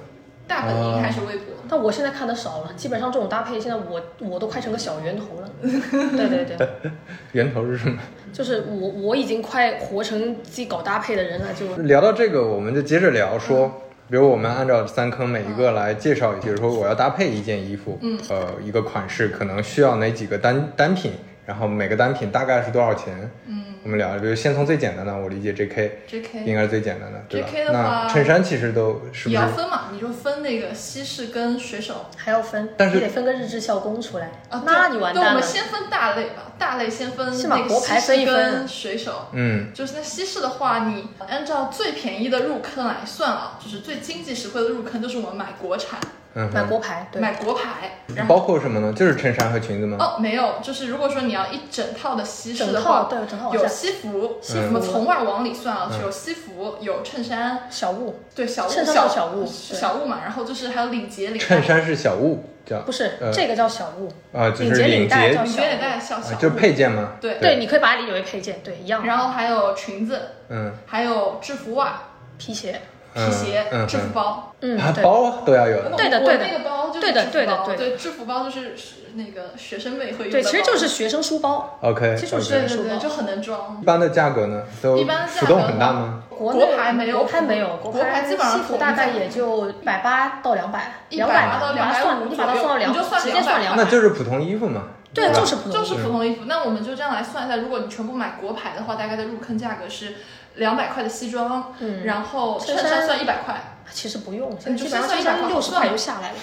Speaker 2: 大本
Speaker 1: 啊
Speaker 2: 营还是微博？
Speaker 3: 但我现在看的少了，基本上这种搭配，现在我我都快成个小圆头了。对对对，
Speaker 1: 源头是什么？
Speaker 3: 就是我我已经快活成自己搞搭配的人了，就
Speaker 1: 聊到这个，我们就接着聊说，
Speaker 3: 嗯
Speaker 1: 比如我们按照三坑每一个来介绍一些，说我要搭配一件衣服，
Speaker 2: 嗯
Speaker 1: 呃，一个款式可能需要哪几个单单品，然后每个单品大概是多少钱？
Speaker 2: 嗯
Speaker 1: 我们聊，比如先从最简单的，我理解 J.K.
Speaker 2: ，JK
Speaker 1: 应该是最简单的，对吧
Speaker 2: JK？的话
Speaker 1: 那衬衫其实都是不
Speaker 2: 也
Speaker 1: 是
Speaker 2: 要？分嘛，你就分那个西式跟水手
Speaker 3: 还要分，
Speaker 1: 但是
Speaker 3: 你得分个日志校工出来
Speaker 2: 啊。
Speaker 3: 那
Speaker 2: 对
Speaker 3: 你完
Speaker 2: 对，我
Speaker 3: 蛋了
Speaker 2: 们。先分大类吧，大类先分
Speaker 3: 是吗
Speaker 2: 那个
Speaker 3: 国
Speaker 2: 西
Speaker 3: 牌分
Speaker 2: 式
Speaker 3: 一分
Speaker 2: 跟水手。
Speaker 1: 嗯，
Speaker 2: 就是在西式的话，你按照最便宜的入坑来算啊，就是最经济实惠的入坑，就是我们买国产，
Speaker 1: 嗯
Speaker 3: 买
Speaker 1: 哼，
Speaker 3: 锅牌，对，
Speaker 2: 买国牌，然后
Speaker 1: 包括什么呢？就是衬衫和裙子吗？
Speaker 2: 哦，没有，就是如果说你要一整套的西式
Speaker 3: 整
Speaker 2: 的
Speaker 3: 套
Speaker 2: 话，
Speaker 3: 对，整套
Speaker 2: 有
Speaker 3: 往下
Speaker 2: 西服，
Speaker 3: 西
Speaker 2: 我
Speaker 3: 服
Speaker 2: 们从外往里算啊，有西服，有衬衫，
Speaker 3: 小物，
Speaker 2: 对小物
Speaker 3: 衬衫
Speaker 2: 小
Speaker 3: 叫小物对
Speaker 2: 小物嘛，然后就是还有领结领带
Speaker 1: 衬衫是小物，叫
Speaker 3: 不是
Speaker 1: 呃
Speaker 3: 这个叫小物，
Speaker 1: 啊，就
Speaker 3: 领
Speaker 1: 是
Speaker 3: 结领带
Speaker 1: 结
Speaker 3: 叫
Speaker 2: 领结领带小
Speaker 1: 啊
Speaker 2: 小物，
Speaker 1: 就是配件吗？
Speaker 2: 对
Speaker 3: 对，你可以把它理解为配件，对，一样。
Speaker 2: 然后还有裙子，
Speaker 1: 嗯，
Speaker 2: 还有制服袜、
Speaker 3: 皮鞋，
Speaker 2: 皮鞋
Speaker 1: 嗯、嗯
Speaker 2: 制服包。
Speaker 3: 嗯，
Speaker 1: 啊，
Speaker 3: 对，嗯
Speaker 1: 包都要有的。
Speaker 3: 对的
Speaker 2: 我
Speaker 3: 对的
Speaker 2: 那个包就是
Speaker 3: 对的
Speaker 2: 制服
Speaker 3: 对的
Speaker 2: 包
Speaker 3: 对的
Speaker 2: 对，制服包就是那个学生妹会用的
Speaker 3: 对，
Speaker 2: 包，
Speaker 3: 其实就是学生书包，
Speaker 1: OK，
Speaker 3: 其实我
Speaker 1: OK
Speaker 3: 是
Speaker 2: 对对
Speaker 3: 学生
Speaker 2: 对，
Speaker 3: 包
Speaker 2: 就很能装
Speaker 1: 一。般的价格呢，都
Speaker 2: 一般价
Speaker 1: 浮
Speaker 2: 格
Speaker 1: 动很大吗？
Speaker 3: 国
Speaker 2: 国
Speaker 3: 内
Speaker 2: 牌没有
Speaker 3: 国牌没有，
Speaker 2: 国
Speaker 3: 国
Speaker 2: 牌基本上
Speaker 3: 西
Speaker 2: 统
Speaker 3: 服
Speaker 2: 一
Speaker 3: 大概
Speaker 2: 价格
Speaker 3: 也就一百八到两百，
Speaker 2: 180
Speaker 3: 两
Speaker 2: 到
Speaker 3: 你把它
Speaker 2: 250
Speaker 3: 算，你把它算到两，
Speaker 2: 你就算
Speaker 3: 直接算两
Speaker 2: 200
Speaker 1: 那就是普通衣服嘛。
Speaker 3: 对，
Speaker 1: 吧
Speaker 3: 就是普
Speaker 2: 就
Speaker 3: 通
Speaker 2: 是普通衣服，那我们就这样来算一下，如果你全部买国牌的话，大概的入坑价格是两百块的西装，
Speaker 3: 嗯
Speaker 2: 然后衬
Speaker 3: 衬
Speaker 2: 衫
Speaker 3: 衫
Speaker 2: 算一百块，
Speaker 3: 其实不用，
Speaker 2: 嗯
Speaker 3: 基本上
Speaker 2: 就
Speaker 3: 衬
Speaker 2: 是算一百
Speaker 3: 衫
Speaker 2: 块
Speaker 3: 六十块就下来了。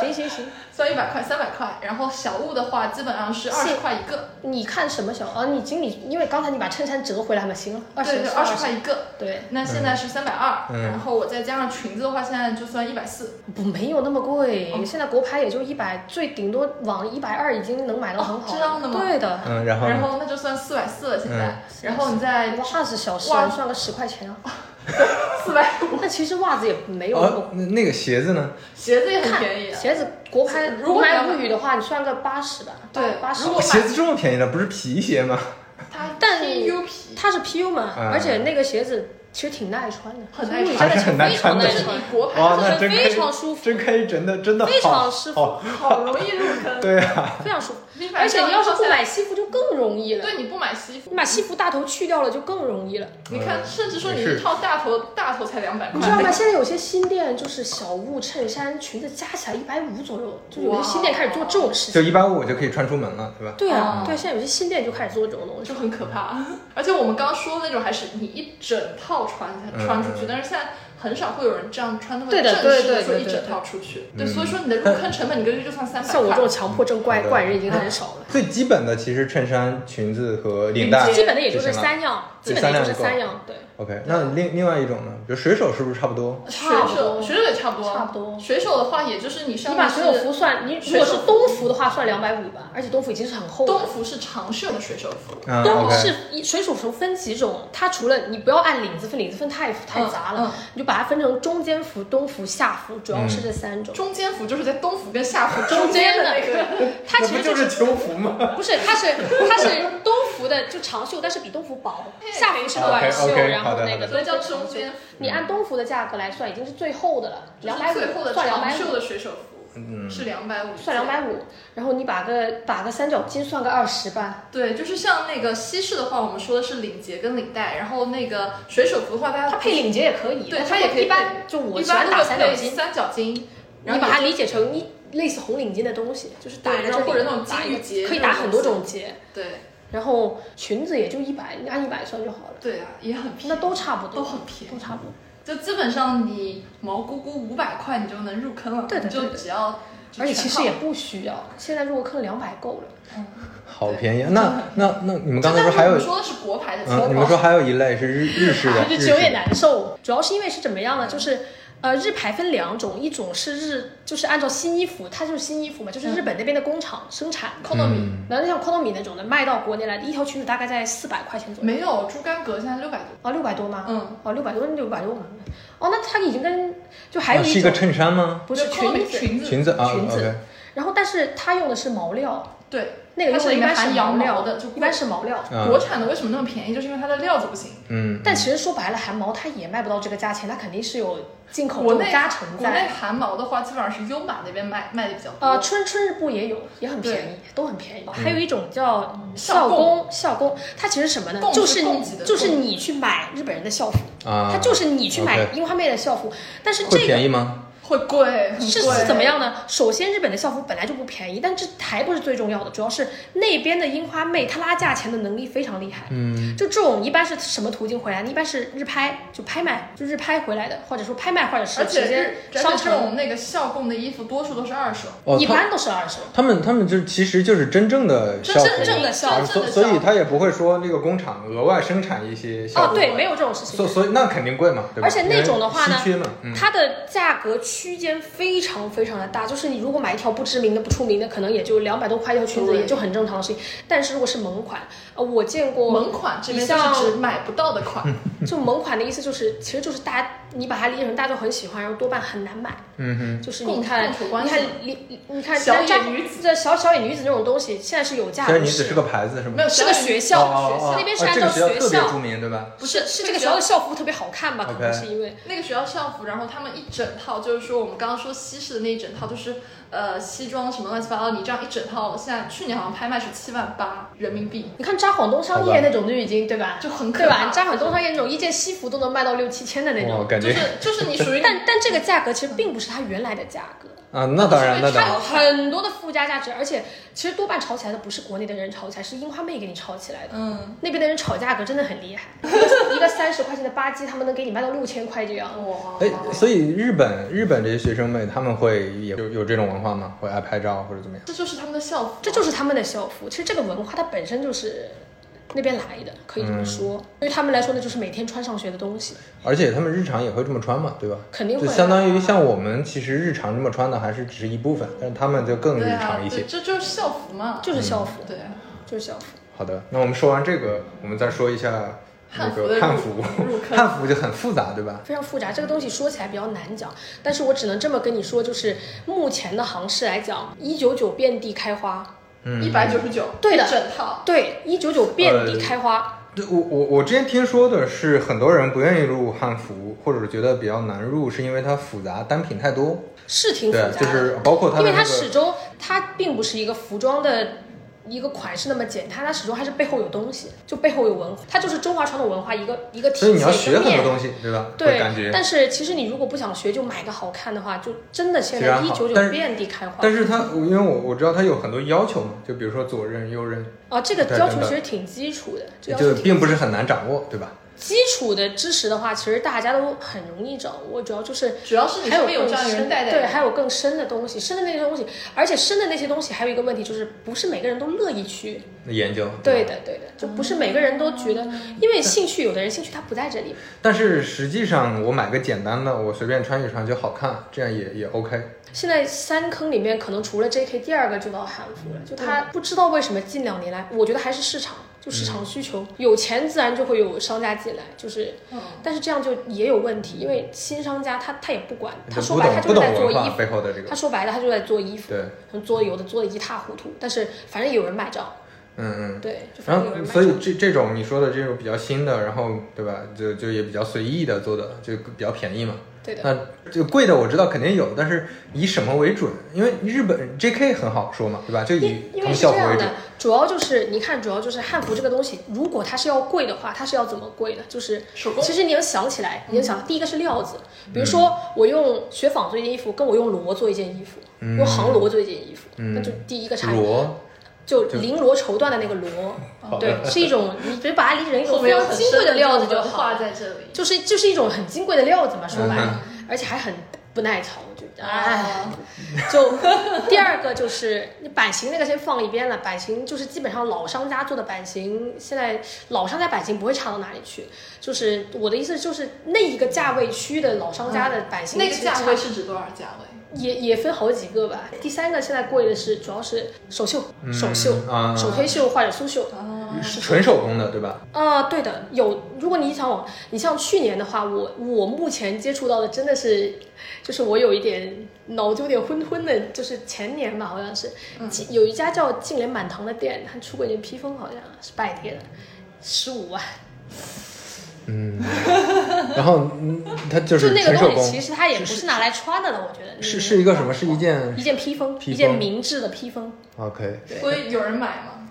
Speaker 3: 行 行行行，
Speaker 2: 算一百块三百块，然后小物的话基本上是二十
Speaker 3: 是
Speaker 2: 块一个，
Speaker 3: 你看什么小啊？你经理，因为刚才你把衬衫折回来嘛，行了，二
Speaker 2: 对
Speaker 3: 十嗯
Speaker 2: 对，
Speaker 3: 二
Speaker 2: 二十块，一个。
Speaker 3: 对，
Speaker 2: 那现在是三百二，
Speaker 1: 嗯
Speaker 2: 然后我再加上裙子的话，现在就算一百四。
Speaker 3: 不没有那么贵
Speaker 2: 哦，
Speaker 3: 现在国牌也就一百，最顶多往一百二已经能买到很好
Speaker 2: 哦
Speaker 3: 了。
Speaker 2: 这样的吗
Speaker 3: 对的，
Speaker 1: 嗯，然后
Speaker 2: 然
Speaker 1: 呢
Speaker 2: 后那就算四百四了，现在，
Speaker 3: 嗯
Speaker 2: 然后你再
Speaker 3: 袜子小时
Speaker 2: 袜
Speaker 3: 算个十块钱啊，
Speaker 2: 四百五，
Speaker 3: 那其实袜子也没有那么
Speaker 1: 哦，那那个鞋子呢？
Speaker 2: 鞋子也很
Speaker 3: 看
Speaker 2: 便宜。啊
Speaker 3: 鞋子国拍，
Speaker 2: 如果
Speaker 3: 如果
Speaker 2: 买
Speaker 3: 买物语的话，你算个八十吧，
Speaker 2: 对
Speaker 3: 八十
Speaker 2: 如。果买
Speaker 1: 鞋子这么便宜的，不是皮鞋吗？
Speaker 2: 它
Speaker 3: 但
Speaker 2: PU 皮，
Speaker 3: 它是 PU 嘛，
Speaker 1: 嗯
Speaker 3: 而且那个鞋子其实挺耐穿的，
Speaker 2: 很耐穿
Speaker 3: 物语现在
Speaker 1: 还是很耐
Speaker 3: 非
Speaker 1: 穿
Speaker 3: 常
Speaker 1: 的
Speaker 3: 耐
Speaker 2: 但是
Speaker 3: 穿
Speaker 2: 你，国牌
Speaker 1: 哇，
Speaker 2: 就
Speaker 1: 那
Speaker 2: 是
Speaker 1: 真可以，
Speaker 3: 非常舒服
Speaker 1: 真可以，真的真的
Speaker 3: 非常
Speaker 1: 好
Speaker 3: 舒服
Speaker 1: 好
Speaker 2: 好容易入坑。
Speaker 1: 对啊，
Speaker 3: 非常舒服。
Speaker 2: 你 买
Speaker 3: 而且你要是
Speaker 2: 这
Speaker 3: 不
Speaker 2: 样的话
Speaker 3: 买西服就更容易了，
Speaker 2: 对，你不买西服
Speaker 3: 你，把西服大头去掉了就更 容易了，
Speaker 2: 你看，甚至说你
Speaker 1: 也是
Speaker 2: 一套大头大头才两百
Speaker 3: 你知道
Speaker 2: 块，
Speaker 3: 吗？现在有些新店就是小物、衬衫、裙子加起来一百五左右，就有些新店开始做这种事
Speaker 1: 就
Speaker 3: 情。
Speaker 1: 一百五就可以穿出门了，对吧？
Speaker 3: 对啊
Speaker 2: 哦，
Speaker 3: 对，现在有些新店就开始做这种东西
Speaker 2: 就。很可怕。而且我们刚刚说的那种还是你一整套穿才
Speaker 1: 嗯
Speaker 2: 穿出去，但是现在很少会有人这样穿那么
Speaker 3: 对
Speaker 2: 正
Speaker 3: 的
Speaker 2: 式
Speaker 3: 对
Speaker 2: 的
Speaker 3: 对
Speaker 2: 说
Speaker 3: 对
Speaker 2: 一
Speaker 3: 对
Speaker 2: 整套出去。
Speaker 1: 嗯
Speaker 2: 对，所以说你的入坑成本，你根据就算三百
Speaker 3: 像我这
Speaker 2: 块
Speaker 3: 种。强迫症怪怪人已经很少了，
Speaker 1: 最基本的其实衬衫、裙子和领带
Speaker 3: 基本的也就
Speaker 1: 行
Speaker 3: 是
Speaker 1: 了
Speaker 3: 三样，
Speaker 1: 这
Speaker 3: 基本的也就是
Speaker 1: 三
Speaker 3: 三样，对。
Speaker 1: OK，那另另外一种呢，比如水手是不是差不多？
Speaker 2: 水
Speaker 3: 差不
Speaker 2: 手
Speaker 3: 多
Speaker 2: 水手也差不多，
Speaker 3: 差不多
Speaker 2: 水手的话，也就是你上
Speaker 3: 你
Speaker 2: 面
Speaker 3: 把
Speaker 2: 是
Speaker 3: 水手服算，你如果是冬服的话，算两百五吧，而且冬服已经是很厚
Speaker 2: 东
Speaker 3: 了。
Speaker 2: 服是长袖的水手服，
Speaker 1: 啊
Speaker 3: 冬
Speaker 1: OK，
Speaker 3: 是一水手服分几种，它除了你不要按领子分，领子分太太杂
Speaker 2: 嗯嗯
Speaker 3: 了，你就把它分成中间服、冬服、夏服，主要是
Speaker 1: 嗯
Speaker 3: 这三种。
Speaker 2: 嗯中间服就是在东服跟夏服
Speaker 3: 中
Speaker 2: 间
Speaker 3: 间
Speaker 2: 的
Speaker 3: 的
Speaker 2: 那个。
Speaker 3: 它
Speaker 1: 那
Speaker 3: 其
Speaker 1: 不
Speaker 3: 实
Speaker 1: 就是是球服吗？
Speaker 3: 不是，它是它是冬服的就长袖，但是比冬服 薄，夏服是短袖，
Speaker 1: OK，OK，
Speaker 3: 然
Speaker 1: 啊好
Speaker 3: 后
Speaker 1: 的
Speaker 3: 那
Speaker 1: 好的
Speaker 3: 个
Speaker 2: 所以叫
Speaker 3: 冬服
Speaker 2: 中
Speaker 3: 长袖
Speaker 2: 间服。
Speaker 3: 你按冬服的价格来算，已经是最厚的了，
Speaker 2: 就是
Speaker 3: 两百
Speaker 2: 最后的
Speaker 3: 五，算两
Speaker 2: 长
Speaker 3: 百五
Speaker 2: 袖。的水手服，
Speaker 1: 嗯
Speaker 2: 是两百五，
Speaker 3: 算两。百五，然后你把个打个三角巾，算个二十吧。
Speaker 2: 对，就是像那个西式的话，我们说的是领结跟领带，然后那个水手服的话，大家
Speaker 3: 它配领结也可以，
Speaker 2: 对
Speaker 3: 但是
Speaker 2: 它也可以
Speaker 3: 一般就我
Speaker 2: 一
Speaker 3: 喜
Speaker 2: 般
Speaker 3: 欢打
Speaker 2: 都
Speaker 3: 三
Speaker 2: 会
Speaker 3: 角
Speaker 2: 配
Speaker 3: 巾，
Speaker 2: 三角巾，然
Speaker 3: 你
Speaker 2: 后
Speaker 3: 把它理解成一类似红领巾的东西，就是打
Speaker 2: 对
Speaker 3: 在
Speaker 2: 然
Speaker 3: 这
Speaker 2: 后
Speaker 3: 里，
Speaker 2: 或者那种
Speaker 3: 打
Speaker 2: 金鱼结
Speaker 3: 可以
Speaker 2: 这种
Speaker 3: 打很多
Speaker 2: 东
Speaker 3: 种结。
Speaker 2: 对
Speaker 3: 然后裙子也就一百，你按一百算就好了，
Speaker 2: 对啊，也很便宜，
Speaker 3: 那都差不多，
Speaker 2: 都很便宜
Speaker 3: 都差不多。
Speaker 2: 就基本上你毛咕咕五百块你就能入坑了，
Speaker 3: 对的
Speaker 2: 你就
Speaker 3: 对的
Speaker 2: 只要就
Speaker 3: 而且
Speaker 2: 全
Speaker 3: 其
Speaker 2: 套
Speaker 3: 实也不需要，现在入个坑两百够了。
Speaker 1: 好便宜啊！那那那你们刚才说
Speaker 2: 就但是
Speaker 1: 还有
Speaker 2: 我们，说的是国牌的情
Speaker 1: 嗯，
Speaker 2: 况，
Speaker 1: 你们说还有一类是日日式的，
Speaker 3: 啊就
Speaker 1: 日
Speaker 3: 是有点
Speaker 1: 式
Speaker 3: 难受。主要是因为是怎么样呢？就是。呃，日牌分两种，一种是日，就是按照新衣服，它就是新衣服嘛，就是日本那边的工厂生产的。
Speaker 2: 空豆米
Speaker 1: 嗯
Speaker 3: 然后像 Konami 那种的，卖到国内来，一条裙子大概在四百块钱左右。
Speaker 2: 没有猪肝格现在六百多，
Speaker 3: 啊，六百多吗？
Speaker 2: 嗯，
Speaker 3: 哦，六百多，六百多嘛。哦，那它已经跟就还有
Speaker 1: 啊
Speaker 3: 一种、
Speaker 1: 是一个衬衫吗？
Speaker 3: 不是
Speaker 2: 就 Konami
Speaker 3: 裙子，
Speaker 2: 裙子
Speaker 1: 裙子啊
Speaker 3: 裙子
Speaker 1: ，OK，
Speaker 3: 然后但是它用的是毛料，
Speaker 2: 对，
Speaker 3: 那个
Speaker 2: 它
Speaker 3: 用的
Speaker 2: 是应
Speaker 3: 一
Speaker 2: 该
Speaker 3: 般
Speaker 2: 含
Speaker 3: 是
Speaker 2: 羊
Speaker 3: 毛
Speaker 2: 毛
Speaker 3: 料
Speaker 2: 的，就
Speaker 3: 一般是毛料。
Speaker 1: 嗯
Speaker 2: 国产的为什么那么便宜，就是因为它的料子不行。
Speaker 1: 嗯，
Speaker 3: 但其实说白了，汗毛它也卖不到这个价钱，它肯定是有进口
Speaker 2: 国
Speaker 3: 这种
Speaker 2: 内
Speaker 3: 加成
Speaker 2: 国内
Speaker 3: 在。
Speaker 2: 汗毛的话，基本上是优马那边卖卖的比较多。
Speaker 3: 呃，春春日部也有，也很便宜，都很便宜。还有一种叫
Speaker 2: 校
Speaker 3: 校
Speaker 2: 嗯供
Speaker 3: 工，校工，它其实什么呢
Speaker 2: 供？
Speaker 3: 就是是
Speaker 2: 供
Speaker 3: 你
Speaker 2: 给的
Speaker 3: 就是
Speaker 2: 供
Speaker 3: 你去买日本人的校服，
Speaker 1: 啊，
Speaker 3: 它就是你去买
Speaker 1: OK
Speaker 3: 樱花妹的校服，但是
Speaker 1: 会
Speaker 3: 这个
Speaker 1: 便宜吗？
Speaker 2: 会贵，很贵。
Speaker 3: 是是怎么？样呢？首先，日本的校服本来就不便宜，但这还不是最重要的，主要是那边的樱花妹她拉价钱的能力非常厉害。
Speaker 1: 嗯，
Speaker 3: 就这种一般是什么途径回来？一般是日拍，就拍卖，就日拍回来的，或者说拍卖，或者是
Speaker 2: 而
Speaker 3: 直
Speaker 2: 且
Speaker 3: 接
Speaker 2: 日而
Speaker 3: 商
Speaker 2: 且这
Speaker 3: 城，
Speaker 2: 种那个校供的衣服，多数都是二手。
Speaker 1: 哦，
Speaker 3: 一
Speaker 1: 他
Speaker 3: 般都是二手。
Speaker 1: 他们他们就其实就是真正的
Speaker 3: 这
Speaker 1: 校服，
Speaker 3: 真正的校
Speaker 1: 啊
Speaker 2: 真正
Speaker 1: 所
Speaker 2: 的
Speaker 1: 所以
Speaker 2: 校
Speaker 1: 他也不会说那个工厂额外生产一些校
Speaker 3: 哦，
Speaker 1: 服
Speaker 3: 对，
Speaker 1: 回来
Speaker 3: 没有这种事情
Speaker 1: 所。所以那肯定贵嘛，对吧？
Speaker 3: 而且那种的话呢
Speaker 1: 因为稀缺嘛，嗯，
Speaker 3: 它的价格区间非常非常的大，就是你如果买一条不知名的、不出名的，可能也就两百多块一条裙子，
Speaker 2: 对
Speaker 3: 也就很正常的事情。但是如果是萌款，呃，我见过
Speaker 2: 萌款这边就
Speaker 3: 像
Speaker 2: 是指买不到的
Speaker 1: 嗯
Speaker 2: 款，
Speaker 3: 就萌款的意思就是，其实就是大家你把它理解成大家都很喜欢，然后多半很难买。
Speaker 1: 嗯哼，
Speaker 3: 就是
Speaker 2: 共
Speaker 3: 你看，
Speaker 2: 共处关
Speaker 3: 你
Speaker 2: 系
Speaker 3: 看你你看
Speaker 2: 小
Speaker 3: 咱家
Speaker 2: 野女子
Speaker 3: 这小小野女子这种东西，现在是有
Speaker 1: 虽
Speaker 3: 价格
Speaker 1: 然
Speaker 3: 的
Speaker 1: 你
Speaker 3: 事
Speaker 1: 只是
Speaker 3: 情。
Speaker 1: 个牌子是吗？
Speaker 2: 没有
Speaker 3: 是个学校
Speaker 1: 哦哦哦
Speaker 3: 那边是
Speaker 1: 哦
Speaker 3: 按
Speaker 1: 这个
Speaker 3: 照
Speaker 1: 学校
Speaker 3: 学
Speaker 1: 特别
Speaker 3: 校
Speaker 1: 著名对吧？
Speaker 3: 不是是这个
Speaker 2: 学
Speaker 3: 学
Speaker 2: 校
Speaker 3: 校的校服特别好看吧？可能
Speaker 1: OK
Speaker 3: 是因为
Speaker 2: 那个学校校服，然后他们一整套就是说我们刚刚说西式的那一整套，就是呃西装什么乱七八糟，你这样一整套，现在去年好像拍卖是七万八人民币，
Speaker 3: 你看扎晃东商业那种就已经对吧？
Speaker 2: 就很可
Speaker 3: 对
Speaker 2: 怕。
Speaker 3: 吧？扎晃东商业那种一件西服都能卖到六七千的那
Speaker 1: 我
Speaker 3: 种，
Speaker 1: 哦感
Speaker 2: 就
Speaker 1: 觉
Speaker 2: 是就是你属于
Speaker 3: 但但这个价格其实并不是它原来的价格。
Speaker 1: 啊，那当然，那当
Speaker 3: 它有
Speaker 1: 然，
Speaker 3: 很多的附加价值，而且其实多半炒起来的不是国内的人炒起来，是樱花妹给你炒起来的。
Speaker 2: 嗯，
Speaker 3: 那边的人炒价格真的很厉害，一个一个三十块钱的吧唧，他们能给你卖到六千块这样。
Speaker 2: 哇，
Speaker 1: 哎，所以日本日本这些学生妹他们会也有有这种文化吗？会爱拍照或者怎么样？
Speaker 2: 这就是他们的校服，
Speaker 3: 这就是他们的校服。其实这个文化它本身就是那边来的，可以这
Speaker 1: 嗯
Speaker 3: 么说。对于他们来说，那就是每天穿上学的东西，
Speaker 1: 而且他们日常也会这么穿嘛，对吧？
Speaker 3: 肯定会
Speaker 1: 就
Speaker 3: 的。
Speaker 1: 相当于像我们其实日常这么穿的还是只是一部分，但是他们就更日
Speaker 2: 对啊
Speaker 1: 常，一些
Speaker 2: 对，。这就是校服嘛，
Speaker 3: 就是
Speaker 1: 嗯
Speaker 3: 校服，
Speaker 2: 对啊，
Speaker 3: 就是校服。
Speaker 1: 好的，那我们说完这个，我们再说一下那个汉
Speaker 2: 汉
Speaker 1: 服
Speaker 2: 服的入入。坑
Speaker 1: 汉服就很复杂，对吧？
Speaker 3: 非常复杂，这个东西说起来比较难讲，但是我只能这么跟你说，就是目前的行市来讲，一九九遍地开花，
Speaker 1: 嗯，
Speaker 2: 一百九十九，
Speaker 3: 对的
Speaker 2: 一整套，
Speaker 3: 对，一九九遍
Speaker 1: 呃
Speaker 3: 地开花，
Speaker 1: 对我我我之前听说的是，很多人不愿意入汉服，或者觉得比较难入，是因为它复杂，单品太多。
Speaker 3: 是挺复杂
Speaker 1: 对
Speaker 3: 的，，
Speaker 1: 就是包括它
Speaker 3: 因
Speaker 1: 的
Speaker 3: 为它
Speaker 1: 那
Speaker 3: 始
Speaker 1: 个。
Speaker 3: 终它并不是一个服装的一个款式那么简单，它始终还是背后有东西，就背后有文化，它就是中华传统文化一个一个体
Speaker 1: 所
Speaker 3: 系
Speaker 1: 以你要学很
Speaker 3: 一
Speaker 1: 多
Speaker 3: 个面。
Speaker 1: 东西，对吧？会
Speaker 3: 对
Speaker 1: 感觉，。
Speaker 3: 但是其实你如果不想学，就买个好看的话，就真的现
Speaker 1: 其
Speaker 3: 在
Speaker 1: 实
Speaker 3: 一
Speaker 1: 还好
Speaker 3: 九
Speaker 1: 但是
Speaker 3: 九遍地开花。
Speaker 1: 但是它，因为我我知道它有很多要求嘛，就比如说左衽、右衽，
Speaker 3: 啊，这个
Speaker 1: 对
Speaker 3: 要求
Speaker 1: 对
Speaker 3: 其实挺基础的，这要
Speaker 1: 就
Speaker 3: 求挺
Speaker 1: 并不是很难掌握，对吧？
Speaker 3: 基础的知识的话，其实大家都很容易掌握，主要就是
Speaker 2: 主要是你
Speaker 3: 还
Speaker 2: 身
Speaker 3: 有
Speaker 2: 边有
Speaker 3: 更
Speaker 2: 这样的人
Speaker 3: 深
Speaker 2: 带带
Speaker 3: 对，
Speaker 2: 你，
Speaker 3: 还有更深的东西，深的那些东西，而且深的那些东西还有一个问题就是，不是每个人都乐意去
Speaker 1: 研究。
Speaker 3: 对的，对的，就不是每个人都觉得，
Speaker 2: 哦
Speaker 3: 因为兴趣，有的人兴趣他不在这里，
Speaker 1: 但是实际上，我买个简单的，我随便穿一穿就好看，这样也也 OK。
Speaker 3: 现在三坑里面，可能除了 J.K.，第二个就到韩服了。就他不知道为什么近两年来，我觉得还是市场，就
Speaker 1: 嗯
Speaker 3: 市场需求，有钱自然就会有商家进来，就是，
Speaker 2: 嗯
Speaker 3: 但是这样就也有问题，因为新商家他他也不管，他
Speaker 1: 就
Speaker 3: 说
Speaker 1: 不
Speaker 3: 白了他
Speaker 1: 懂不
Speaker 3: 就是
Speaker 1: 懂
Speaker 3: 在做
Speaker 1: 文
Speaker 3: 衣
Speaker 1: 化
Speaker 3: 服，
Speaker 1: 背后的这
Speaker 3: 他
Speaker 1: 个，
Speaker 3: 说白了他就在做衣服，
Speaker 1: 对，
Speaker 3: 做有的做的一塌糊涂，但是反正有人买账，
Speaker 1: 嗯嗯。
Speaker 3: 对，就反
Speaker 1: 然
Speaker 3: 正有人
Speaker 1: 后，所
Speaker 3: 买账。
Speaker 1: 以这这种你说的这种比较新的，然后对吧，就就也比较随意的做的，就比较便宜嘛。
Speaker 3: 对的，
Speaker 1: 那就贵的我知道肯定有，但是以什么为准？因为日本 JK 很好说嘛，对吧？就以
Speaker 3: 因因
Speaker 1: 他
Speaker 3: 为
Speaker 1: 们
Speaker 3: 是
Speaker 1: 校
Speaker 3: 这
Speaker 1: 服为
Speaker 3: 样
Speaker 1: 主
Speaker 3: 的。，主要就是你看，主要就是汉服这个东西，如果它是要贵的话，它是要怎么贵的？就是
Speaker 2: 手工
Speaker 3: 其实你能想起来，你能
Speaker 1: 嗯
Speaker 3: 想，第一个是料子，比如说我用雪纺做一件衣服，跟我用罗做一件衣服，
Speaker 1: 嗯
Speaker 3: 用杭罗做一件衣服，那就第一个差异，
Speaker 1: 罗，
Speaker 3: 就绫罗绸缎的那个罗，对，是一种，你只把它理解成一
Speaker 2: 后
Speaker 3: 种非
Speaker 2: 面有
Speaker 3: 常
Speaker 2: 很
Speaker 3: 金
Speaker 2: 深
Speaker 3: 贵的料子就
Speaker 2: 文化
Speaker 3: 好，
Speaker 2: 在这里，
Speaker 3: 就是就是一种很金贵的料子嘛，说白
Speaker 1: 嗯
Speaker 3: 了，而且还很不耐操，就哎。
Speaker 2: 啊，
Speaker 3: 就第二个就是你版型那个先放一边了，版型就是基本上老商家做的版型，现在老商家版型不会差到哪里去。就是我的意思就是那一个价位区的老商家的版型、
Speaker 2: 嗯那个
Speaker 3: 其实差
Speaker 2: 价位是指多少价位？
Speaker 3: 也也分好几个吧。第三个现在贵的是主要是手绣、手绣、
Speaker 1: 啊
Speaker 3: 手推绣或者苏绣。
Speaker 2: 啊，
Speaker 1: 是纯手工的，对吧？
Speaker 3: 啊、对的，有。如果你想往，你像去年的话，我我目前接触到的真的是，就是我有一点脑子有点昏昏的，就是前年吧，好像是，几有一家叫净莲满堂的店，它出过一件披风，好像是拜贴的，十五万。
Speaker 1: 然后嗯它就是
Speaker 3: 那个
Speaker 1: 纯手
Speaker 3: 东
Speaker 1: 工
Speaker 3: 西，，其实它也不是拿来穿的了，我觉得。
Speaker 1: 是
Speaker 3: 你
Speaker 1: 是一个什么？是一件
Speaker 3: 一件披风，
Speaker 1: 披
Speaker 3: 一件
Speaker 1: 风
Speaker 3: 明制的披风。
Speaker 1: OK，
Speaker 2: 会有人买吗？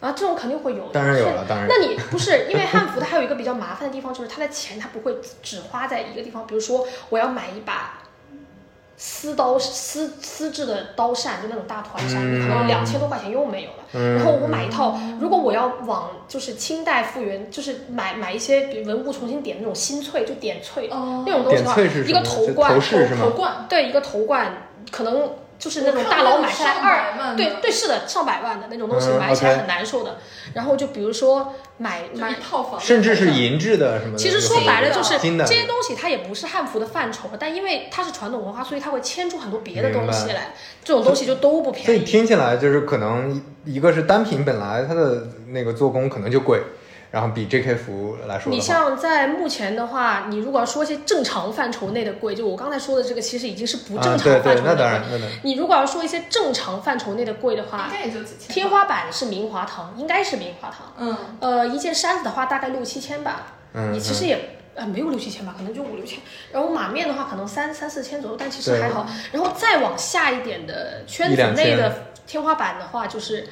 Speaker 3: 啊，这种肯定会有的，
Speaker 1: 当然有
Speaker 3: 是
Speaker 1: 了当然
Speaker 3: 那你不是因为汉服它还有一个比较麻烦的地方，就是它的钱它不会只花在一个地方，比如说我要买一把丝刀丝丝质的刀扇，就那种大团扇，
Speaker 1: 嗯
Speaker 3: 可能两千多块钱又没有了。
Speaker 1: 嗯
Speaker 3: 然后我买一套，如果我要往就是清代复原，就是买买一些比如文物重新点那种新翠，就点翠、
Speaker 2: 哦
Speaker 3: 那种东西
Speaker 1: 点
Speaker 3: 的话，
Speaker 1: 翠是
Speaker 3: 一
Speaker 1: 什么？
Speaker 3: 个
Speaker 1: 就
Speaker 3: 冠
Speaker 1: 头饰是
Speaker 2: 头
Speaker 1: 吗？
Speaker 2: 冠，
Speaker 3: 对，一个头冠可能就是那种
Speaker 2: 我看
Speaker 3: 大
Speaker 2: 过
Speaker 3: 佬
Speaker 2: 那
Speaker 3: 买
Speaker 2: 种
Speaker 3: 下来
Speaker 2: 上百
Speaker 3: 二，
Speaker 2: 万
Speaker 3: 对
Speaker 2: 的
Speaker 3: 对是的，上百万的那种东西
Speaker 1: 嗯
Speaker 3: 买起来
Speaker 1: ，OK
Speaker 3: 很难受的。然后就比如说买
Speaker 2: 就一
Speaker 3: 买，
Speaker 2: 套房，
Speaker 1: 甚至是银制的什么的。
Speaker 3: 其实说白了就是
Speaker 1: 金的
Speaker 3: 这些东西它也不是汉服的范畴，但因为它是传统文化，所以它会牵出很多别的
Speaker 1: 明
Speaker 3: 东西
Speaker 1: 白
Speaker 3: 来，这种东西就都不
Speaker 1: 所以
Speaker 3: 便宜。
Speaker 1: 听起来就是可能一个是单品本来它的那个做工可能就贵，然后比 JK 服来说的话，
Speaker 3: 你像在目前的话，你如果要说一些正常范畴内的贵，就我刚才说的这个，其实已经是不正
Speaker 1: 啊
Speaker 3: 常
Speaker 1: 对
Speaker 3: 范
Speaker 1: 对
Speaker 3: 畴，内
Speaker 1: 那当
Speaker 3: 的
Speaker 1: 然
Speaker 3: 贵。
Speaker 1: 那当然，
Speaker 3: 你如果要说一些正常范畴内的贵的话
Speaker 2: 应，该也就几千。
Speaker 3: 天，花板是明华堂，应该是明华堂。
Speaker 2: 嗯，
Speaker 3: 呃，一件衫子的话大概六七千吧，
Speaker 1: 嗯
Speaker 3: 你其实也呃没有六七千吧，可能就五六千。然后马面的话可能三三四千左右，但其实
Speaker 1: 对
Speaker 3: 还好。然后再往下一点的圈
Speaker 1: 一
Speaker 3: 子
Speaker 1: 两
Speaker 3: 内
Speaker 1: 千
Speaker 3: 的天花板的话，就是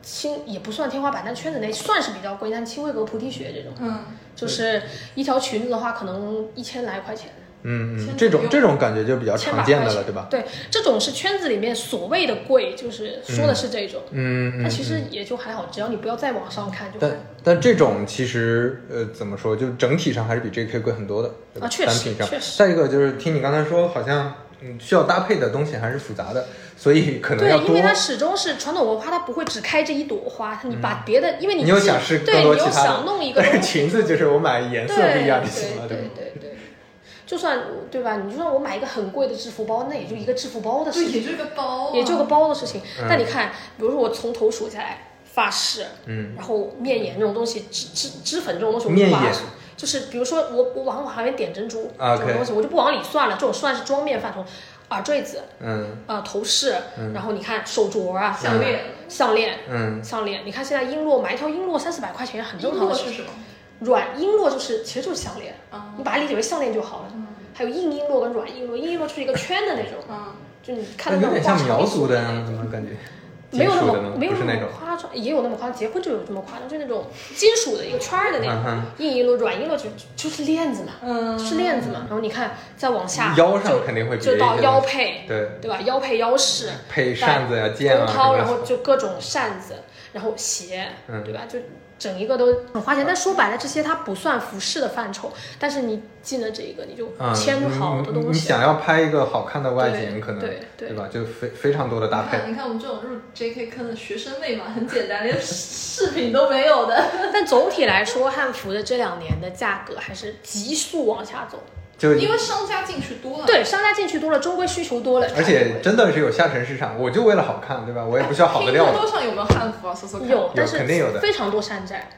Speaker 3: 轻也不算天花板，但圈子内算是比较贵，像青灰阁、菩提雪这种，
Speaker 2: 嗯，
Speaker 3: 就是一条裙子的话可能一千来块钱。
Speaker 1: 嗯嗯
Speaker 2: 千，
Speaker 1: 这种
Speaker 2: 左右
Speaker 1: 这种感觉就比较
Speaker 3: 千
Speaker 1: 常
Speaker 3: 把
Speaker 1: 见
Speaker 3: 块
Speaker 1: 的了，
Speaker 3: 钱
Speaker 1: 对吧？
Speaker 3: 对，这种是圈子里面所谓的贵，就是说的是这种，
Speaker 1: 嗯
Speaker 3: 但
Speaker 1: 嗯。
Speaker 3: 其实也就还好，只要你不要再往上看就还
Speaker 1: 但
Speaker 3: 好。
Speaker 1: 但这种其实呃怎么说，就整体上还是比 JK 贵很多的，对吧
Speaker 3: 啊确实
Speaker 1: 单品上。
Speaker 3: 确实
Speaker 1: 再一个就是听你刚才说，好像嗯需要搭配的东西还是复杂的，所以可能
Speaker 3: 对
Speaker 1: 要，
Speaker 3: 因
Speaker 1: 多
Speaker 3: 为。它始终是传统文化，它不会只开这一朵花，你把别的，因为你
Speaker 1: 嗯你又
Speaker 3: 既
Speaker 1: 想是更
Speaker 3: 对，
Speaker 1: 多
Speaker 3: 你
Speaker 1: 其
Speaker 3: 又
Speaker 1: 他的，
Speaker 3: 想弄一个
Speaker 1: 但是
Speaker 3: 东西
Speaker 1: 裙子就是我买颜色不一样就行了，
Speaker 3: 对
Speaker 1: 吧
Speaker 3: 对？对对，就算对吧？你就算我买一个很贵的制服包，那也就一个制服包的
Speaker 2: 就
Speaker 3: 事
Speaker 2: 也
Speaker 3: 情，
Speaker 2: 就个包啊，
Speaker 3: 也就个包的事情
Speaker 1: 嗯。
Speaker 3: 但你看，比如说我从头数下来，发饰，
Speaker 1: 嗯，
Speaker 3: 然后面眼这种东西，脂脂脂粉这种东西，我
Speaker 1: 面
Speaker 3: 就把它
Speaker 1: 眼
Speaker 3: 就是比如说我我往往里面点珍珠
Speaker 1: 啊
Speaker 3: 这种
Speaker 1: OK
Speaker 3: 东西，我就不往里算了，这种算是妆面范畴。耳坠子，
Speaker 1: 嗯
Speaker 3: 呃，头饰，然后你看手镯啊，
Speaker 2: 项链。
Speaker 3: 项链，
Speaker 1: 嗯，
Speaker 3: 项链，你看现在璎珞买一条璎珞三四百块钱也很正常的
Speaker 2: 珞
Speaker 3: 事
Speaker 2: 是
Speaker 3: 情。
Speaker 2: 什么？
Speaker 3: 软璎珞就是其实就是项链，
Speaker 2: 啊
Speaker 3: 你把它理解为项链就好了。
Speaker 2: 嗯
Speaker 3: 还有硬璎珞跟软璎珞，硬璎珞就是一个圈的那种，
Speaker 2: 啊，
Speaker 3: 就你看
Speaker 1: 但
Speaker 3: 到
Speaker 1: 有
Speaker 3: 那
Speaker 1: 点像
Speaker 3: 种挂手
Speaker 1: 苗
Speaker 3: 里
Speaker 1: 族
Speaker 3: 的
Speaker 1: 的呀，
Speaker 3: 那
Speaker 1: 怎
Speaker 3: 种
Speaker 1: 么感觉？
Speaker 3: 没有那
Speaker 1: 金属
Speaker 3: 么
Speaker 1: 的吗
Speaker 3: 没有
Speaker 1: 不是那种
Speaker 3: 夸张，也有那么夸张，结婚就有这么夸张，就那种金属的一个圈儿的那
Speaker 1: 嗯
Speaker 3: 种
Speaker 1: 哼。
Speaker 3: 硬璎珞、软璎珞就就是链子嘛，
Speaker 2: 嗯，
Speaker 3: 是链子嘛。然后你看再往下，
Speaker 1: 腰上
Speaker 3: 就
Speaker 1: 肯定会别
Speaker 3: 就
Speaker 1: 一
Speaker 3: 到
Speaker 1: 些东
Speaker 3: 腰
Speaker 1: 西
Speaker 3: 配，
Speaker 1: 对，
Speaker 3: 对吧？腰配腰饰，
Speaker 1: 配扇子呀、剑啊
Speaker 3: 公掏，然
Speaker 1: 什
Speaker 3: 后
Speaker 1: 么的。
Speaker 3: 就各种扇子，然后鞋，
Speaker 1: 嗯
Speaker 3: 对吧？就整一个都很花钱。但说白了，这些它不算服饰的范畴，但是你进了这一个，你就
Speaker 1: 嗯，
Speaker 3: 牵出
Speaker 1: 你
Speaker 3: 好
Speaker 1: 你
Speaker 3: 多
Speaker 1: 你
Speaker 3: 东
Speaker 1: 你
Speaker 3: 西。
Speaker 1: 想要拍一个好看的外景，
Speaker 3: 对
Speaker 1: 可能
Speaker 3: 对对嗯
Speaker 1: 吧？就非非常多的搭
Speaker 2: 你
Speaker 1: 配。
Speaker 2: 看，你看我们这种入 JK 坑的学生妹嘛，很简单，连饰品都没有的。
Speaker 3: 但总体来说，汉服的这两年的价格还是急速往下走。
Speaker 1: 就
Speaker 2: 因为商家进去多了，，
Speaker 3: 对，商家进去多了，终归需求多了，
Speaker 1: 而且真的是有下沉市场，我就为了好看，对吧？我也不需要好的
Speaker 2: 拼
Speaker 3: 嗯
Speaker 1: 料
Speaker 2: 多
Speaker 1: 子。
Speaker 2: 多上有没有汉服啊？搜搜看。
Speaker 3: 有，但是
Speaker 1: 肯定有的
Speaker 3: 非常多山 寨。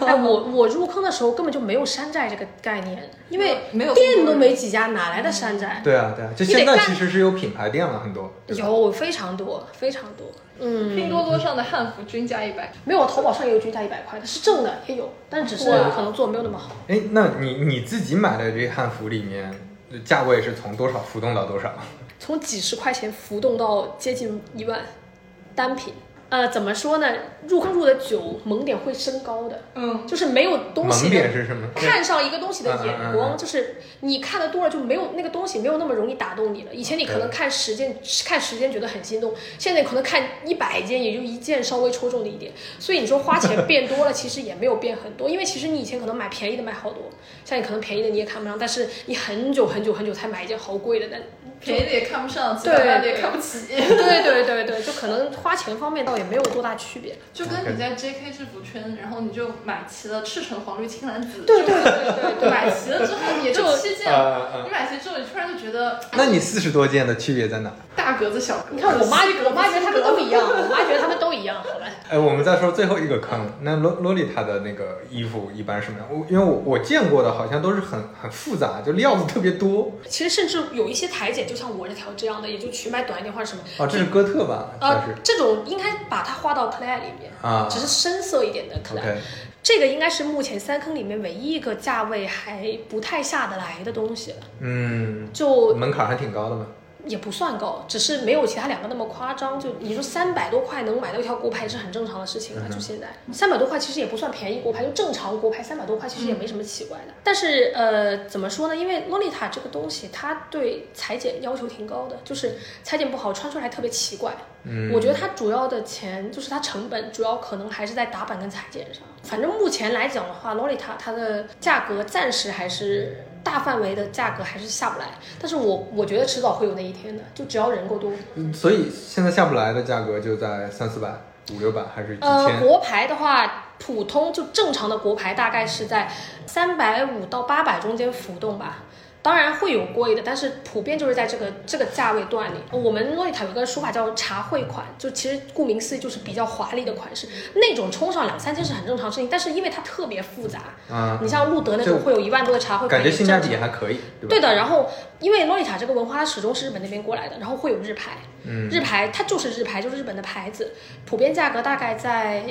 Speaker 3: 哎，我我入坑的时候根本就没有山寨这个概念，因为
Speaker 2: 没有
Speaker 3: 店都没几家，哪来的山寨？
Speaker 1: 对啊，对啊，就
Speaker 3: 你得
Speaker 1: 现在
Speaker 3: 干
Speaker 1: 其实是有品牌店了很多。对吧
Speaker 3: 有非常多，非常多。嗯，
Speaker 2: 拼多多上的汉服均价一百，
Speaker 3: 没有，淘宝上也有均价一百块的，是正的也有，但只是
Speaker 2: 哇
Speaker 3: 可能做得没有那么好。
Speaker 1: 哎，那你你自己买的这汉服里面，价位是从多少浮动到多少？
Speaker 3: 从几十块钱浮动到接近一万，单品。呃，怎么说呢？入坑入的久，萌点会升高的，
Speaker 2: 嗯，
Speaker 3: 就是没有东
Speaker 1: 萌
Speaker 3: 西的
Speaker 1: 点是什么？
Speaker 3: 看上一个东西的
Speaker 1: 嗯嗯
Speaker 3: 眼
Speaker 1: 嗯
Speaker 3: 光，
Speaker 1: 嗯
Speaker 3: 就是你看的多了就没有那个东西没有那么容易打动你了。以前你可能看十件看十件觉得很心动，现在可能看一百件也就一件稍微戳中你一点。所以你说花钱变多了，其实也没有变很多，因为其实你以前可能买便宜的买好多，像你可能便宜的你也看不上，但是你很久很久很久才买一件好贵的，但
Speaker 2: 便宜的也看不上，几
Speaker 3: 对
Speaker 2: 百万的也看不起。
Speaker 3: 对对对对，就可能花钱方面倒也没有多大区别。
Speaker 2: 就跟你在 JK 制服圈，然后你就买齐了赤橙黄绿青蓝紫，
Speaker 3: 对对对对对
Speaker 2: 买齐了之后也就
Speaker 3: 就
Speaker 2: 七件
Speaker 1: 啊
Speaker 2: 了，
Speaker 1: 啊
Speaker 2: 你买齐之后，你突然就觉得哎
Speaker 1: 那你四十多件的区别在哪？
Speaker 2: 大格子小格子，
Speaker 3: 你看我妈，
Speaker 2: 细格子
Speaker 3: 我妈觉得他们
Speaker 2: 粗格子
Speaker 3: 都一样，我妈觉得他们都一样，好吧？
Speaker 1: 哎，我们再说最后一个坑，那洛洛丽塔的那个衣服一般什么样？我因为我我见过的好像都是很很复杂，就料子特别多。
Speaker 3: 其实甚至有一些台姐，就像我这条这样的，也就裙摆短一点或者什么，
Speaker 1: 哦，这是哥特吧？
Speaker 3: 啊
Speaker 1: 算是，
Speaker 3: 这种应该把它划到 clay 里面，
Speaker 1: 啊
Speaker 3: 只是深色一点的 clay。
Speaker 1: ，OK，
Speaker 3: 这个应该是目前三坑里面唯一一个价位还不太下得来的东西了，
Speaker 1: 嗯，
Speaker 3: 就
Speaker 1: 门槛还挺高的嘛。
Speaker 3: 也不算高，只是没有其他两个那么夸张。就你说三百多块能买到一条国牌是很正常的事情了，就现在三百多块其实也不算便宜国牌，就正常国牌三百多块其实也没什么奇怪的。但是呃，怎么说呢？因为洛丽塔这个东西，它对裁剪要求挺高的，就是裁剪不好穿出来特别奇怪。
Speaker 1: 嗯，
Speaker 3: 我觉得它主要的钱就是它成本，主要可能还是在打版跟裁剪上。反正目前来讲的话，Lolita 它的价格暂时还是大范围的价格还是下不来，但是我我觉得迟早会有那一天的，就只要人够多。
Speaker 1: 所以现在下不来的价格就在三四百、五六百还是几
Speaker 3: 呃，
Speaker 1: 千？
Speaker 3: 国牌的话，普通就正常的国牌大概是在三百五到八百中间浮动吧。当然会有贵的，但是普遍就是在这个这个价位段里。我们洛丽塔有个说法叫“茶会款”，就其实顾名思义就是比较华丽的款式，那种冲上两三千是很正常的事情。但是因为它特别复杂，
Speaker 1: 啊，
Speaker 3: 你像路德那种
Speaker 1: 就
Speaker 3: 会有一万多的茶会
Speaker 1: 感
Speaker 3: 款，
Speaker 1: 觉
Speaker 3: 也
Speaker 1: 性价
Speaker 3: 正
Speaker 1: 比
Speaker 3: 常
Speaker 1: 还可以，对吧？
Speaker 3: 对的，然后因为洛丽塔这个文化，它始终是日本那边过来的，然后会有日牌，
Speaker 1: 嗯
Speaker 3: 日牌它就是日牌，就是日本的牌子，普遍价格大概在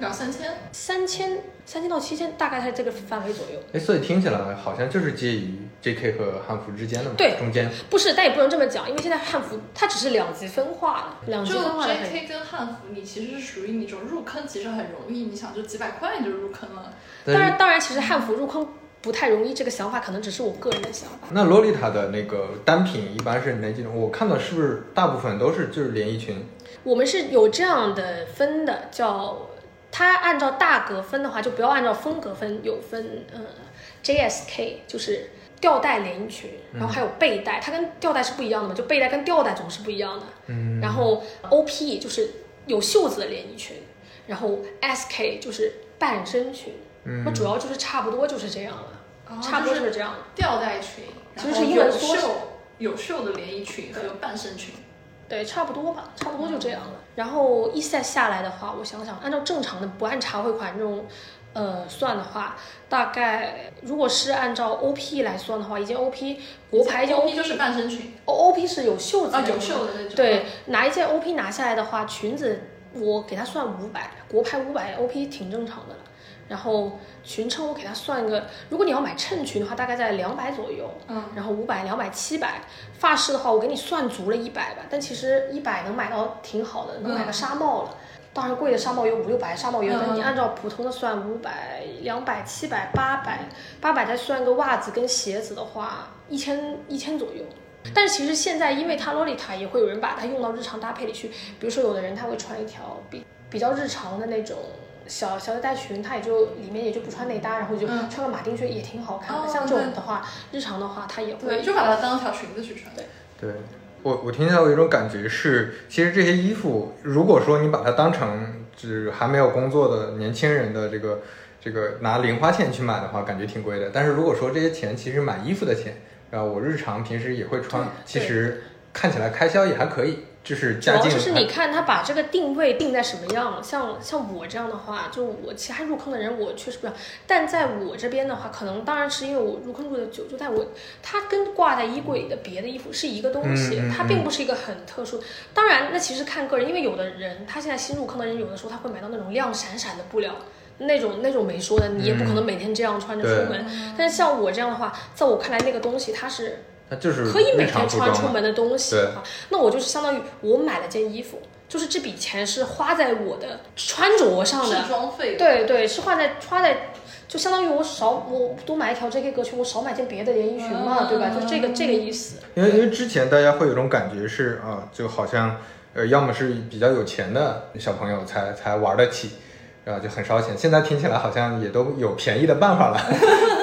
Speaker 2: 两三千，
Speaker 3: 三千三千到七千，大概在这个范围左右。
Speaker 1: 哎，所以听起来好像就是介于 JK 和汉服之间的嘛，
Speaker 3: 对
Speaker 1: 中间
Speaker 3: 不是，但也不能这么讲，因为现在汉服它只是两极分化了，两极
Speaker 2: 就
Speaker 3: 分化的很。
Speaker 2: JK 跟汉服，你其实是属于那种入坑其实很容易，你想就几百块你就入坑了。
Speaker 1: 但
Speaker 3: 当
Speaker 1: 是
Speaker 3: 然，当然，其实汉服入坑不太容易，这个想法可能只是我个人的想法。
Speaker 1: 那洛丽塔的那个单品一般是哪几种？我看到是不是大部分都是就是连衣裙？
Speaker 3: 我们是有这样的分的，叫它按照大格分的话，就不要按照风格分，有分呃 JSK 就是。吊带连衣裙，然后还有背带，它跟吊带是不一样的嘛，就背带跟吊带总是不一样的。
Speaker 1: 嗯，
Speaker 3: 然后 OP 就是有袖子的连衣裙，然后 SK 就是半身裙，
Speaker 1: 嗯
Speaker 3: 那、主要就是差不多就是这样了，
Speaker 2: 然后
Speaker 3: 差不
Speaker 2: 嗯
Speaker 3: 多
Speaker 2: 哦就
Speaker 3: 哦就是这样了。
Speaker 2: 吊带裙，
Speaker 3: 其实
Speaker 2: 然后
Speaker 3: 是英文
Speaker 2: 有
Speaker 3: 缩
Speaker 2: 袖
Speaker 3: 写
Speaker 2: 有袖的连衣裙和半身裙。
Speaker 3: 对，差不多吧，差不多就这样
Speaker 2: 哦
Speaker 3: 了。然后一赛下来的话，我想想，按照正常的不按茶会款这种，呃，算的话，大概如果是按照 OP 来算的话，一件 OP 国牌一件
Speaker 2: OP
Speaker 3: OP
Speaker 2: 就是半身裙
Speaker 3: O OP 是有袖子
Speaker 2: 啊，
Speaker 3: 的
Speaker 2: 有袖的那种。
Speaker 3: 对，，拿一件 OP 拿下来的话，裙子我给它算五百，国牌五百，OP 挺正常的了。然后裙撑我给它算个，如果你要买衬裙的话，大概在两百左右。
Speaker 2: 嗯，
Speaker 3: 然后五百、两百、七百，发饰的话，我给你算足了一百吧，但其实一百能买到挺好的，能买个纱帽了。当然贵的纱帽有五六百，纱帽也有，但你
Speaker 2: 嗯
Speaker 3: 按照普通的算五百、两百、七百、八百，八百再算个袜子跟鞋子的话，一千一千左右。但是其实现在，因为它洛丽塔也会有人把它用到日常搭配里去，比如说有的人他会穿一条比比较日常的那种小小的带裙，他也就里面也就不穿内搭，然后就
Speaker 2: 嗯
Speaker 3: 穿个马丁靴也挺好看的。
Speaker 2: 哦
Speaker 3: 像这种
Speaker 2: 对
Speaker 3: 的话，日常的话它也会
Speaker 2: 对，就把它当条裙子去穿。
Speaker 1: 对，我我听到有一种感觉是，其实这些衣服，如果说你把它当成只还没有工作的年轻人的这个这个拿零花钱去买的话，感觉挺贵的。但是如果说这些钱其实买衣服的钱，然后我日常平时也会穿
Speaker 3: 对，
Speaker 1: 其实看起来开销也还可以，就是
Speaker 3: 主
Speaker 1: 家
Speaker 3: 要
Speaker 1: 境
Speaker 3: 就是
Speaker 1: 还
Speaker 3: 你看他把这个定位定在什么样了，像像我这样的话，就我其他入坑的人，我确实不一样。但在我这边的话，可能当然是因为我入坑入的久，就在我它跟挂在衣柜里的别的衣服是一个东西，
Speaker 1: 嗯嗯
Speaker 3: 它并不是一个很特殊。当然，那其实看个人，因为有的人他现在新入坑的人，有的时候他会买到那种亮闪闪的布料。那种那种没说的，你也不
Speaker 1: 嗯
Speaker 3: 可能每天这样穿着出门。但是像我这样的话，在我看来，那个东西它是
Speaker 1: 它就是
Speaker 3: 可以每
Speaker 1: 日常
Speaker 3: 天
Speaker 1: 服
Speaker 3: 穿
Speaker 1: 装
Speaker 3: 出
Speaker 1: 嘛。
Speaker 3: 门的东西
Speaker 1: 对
Speaker 3: 的话，那我就是相当于我买了件衣服，就是这笔钱是花在我的穿着上
Speaker 2: 是
Speaker 3: 的，
Speaker 2: 装费。
Speaker 3: 对对，是花在花在，就相当于我少我多买一条 JK 格裙，我少买件别的连衣裙嘛，对吧？就这个这个意思。
Speaker 1: 因为因为之前大家会有种感觉是啊，就好像呃，要么是比较有钱的小朋友才才玩得起，然后就很烧钱。现在 听起来好像也都有便宜的办法了，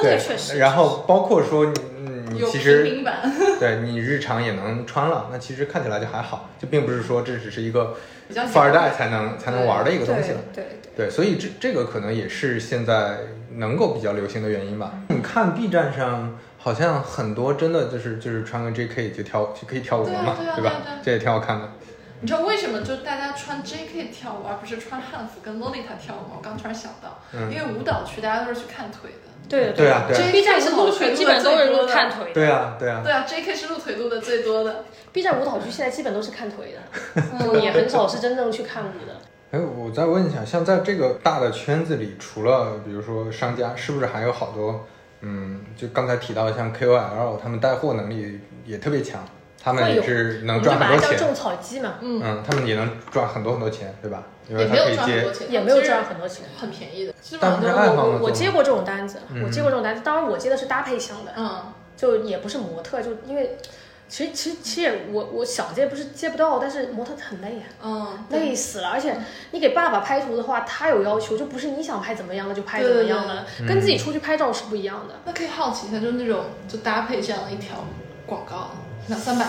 Speaker 1: 对，
Speaker 3: 确实
Speaker 1: 然后包括说你。嗯你
Speaker 2: 有
Speaker 1: 其
Speaker 2: 平
Speaker 1: 实
Speaker 2: 民版，
Speaker 1: 对你日常也能穿了，那其实看起来就还好，就并不是说这只是一个
Speaker 2: 比较
Speaker 1: 富二
Speaker 2: 洋
Speaker 1: 代才能才能玩的一个东西了。啊
Speaker 3: 对对
Speaker 1: 对，所以这这个可能也是现在能够比较流行的原因吧。你嗯看 B 站上好像很多真的就是就是穿个 JK 就跳就可以跳舞了嘛，
Speaker 2: 对啊对
Speaker 1: 吧？
Speaker 2: 啊对啊对啊
Speaker 1: 这也挺好看的。
Speaker 2: 你知道为什么就大家穿 JK 跳舞，而不是穿汉服跟洛丽塔跳舞吗？我刚突然想到，
Speaker 1: 嗯
Speaker 2: 因为舞蹈区大家都是去看腿的。
Speaker 3: 对
Speaker 1: 对啊对啊
Speaker 3: B 站是露腿，基本都是看腿的。
Speaker 1: 对啊，对啊，
Speaker 2: 对啊，JK 是露腿露的最多 的。
Speaker 3: B 站舞蹈剧现在基本都是 看腿的，就嗯也很少是真正去看舞的。
Speaker 1: 哎，我再问一下，像在这个大的圈子里，除了比如说商家，是不是还有好多，嗯，就刚才提到像 KOL，他们带货能力也特别强，他们
Speaker 3: 会
Speaker 1: 也
Speaker 3: 有
Speaker 1: 是
Speaker 3: 我
Speaker 1: 能
Speaker 3: 们就
Speaker 1: 赚
Speaker 3: 把
Speaker 1: 很
Speaker 3: 它
Speaker 1: 多
Speaker 3: 叫
Speaker 1: 钱
Speaker 3: 种，草机嘛，
Speaker 2: 嗯，
Speaker 1: 嗯，他们也能赚很多很多钱，对吧？因为
Speaker 2: 也
Speaker 1: 他
Speaker 2: 没有
Speaker 1: 可以
Speaker 2: 赚很
Speaker 1: 接
Speaker 2: 多，钱，
Speaker 3: 也没有
Speaker 2: 其实
Speaker 3: 赚很多钱。
Speaker 2: 很便宜的，基本
Speaker 1: 但
Speaker 2: 上
Speaker 1: 不
Speaker 2: 都
Speaker 1: 是
Speaker 2: 是
Speaker 1: 爱好
Speaker 3: 我
Speaker 1: 嘛，
Speaker 3: 我
Speaker 1: 做
Speaker 3: 接过这种单子，
Speaker 1: 嗯
Speaker 3: 我接过这种单子，当然我接的是搭配项的，
Speaker 2: 嗯，
Speaker 3: 就也不是模特，就因为其实其实其实也我我想接不是接不到，但是模特很累啊。
Speaker 2: 嗯，对
Speaker 3: 累死了，而且你给爸爸拍图的话，他有要求，就不是你想拍怎么样的就拍怎
Speaker 2: 对
Speaker 3: 么
Speaker 2: 对
Speaker 3: 样的，跟自己出去拍照是不一样的。
Speaker 2: 那可以好奇一下，就是那种就搭配这样一条广告，两三百，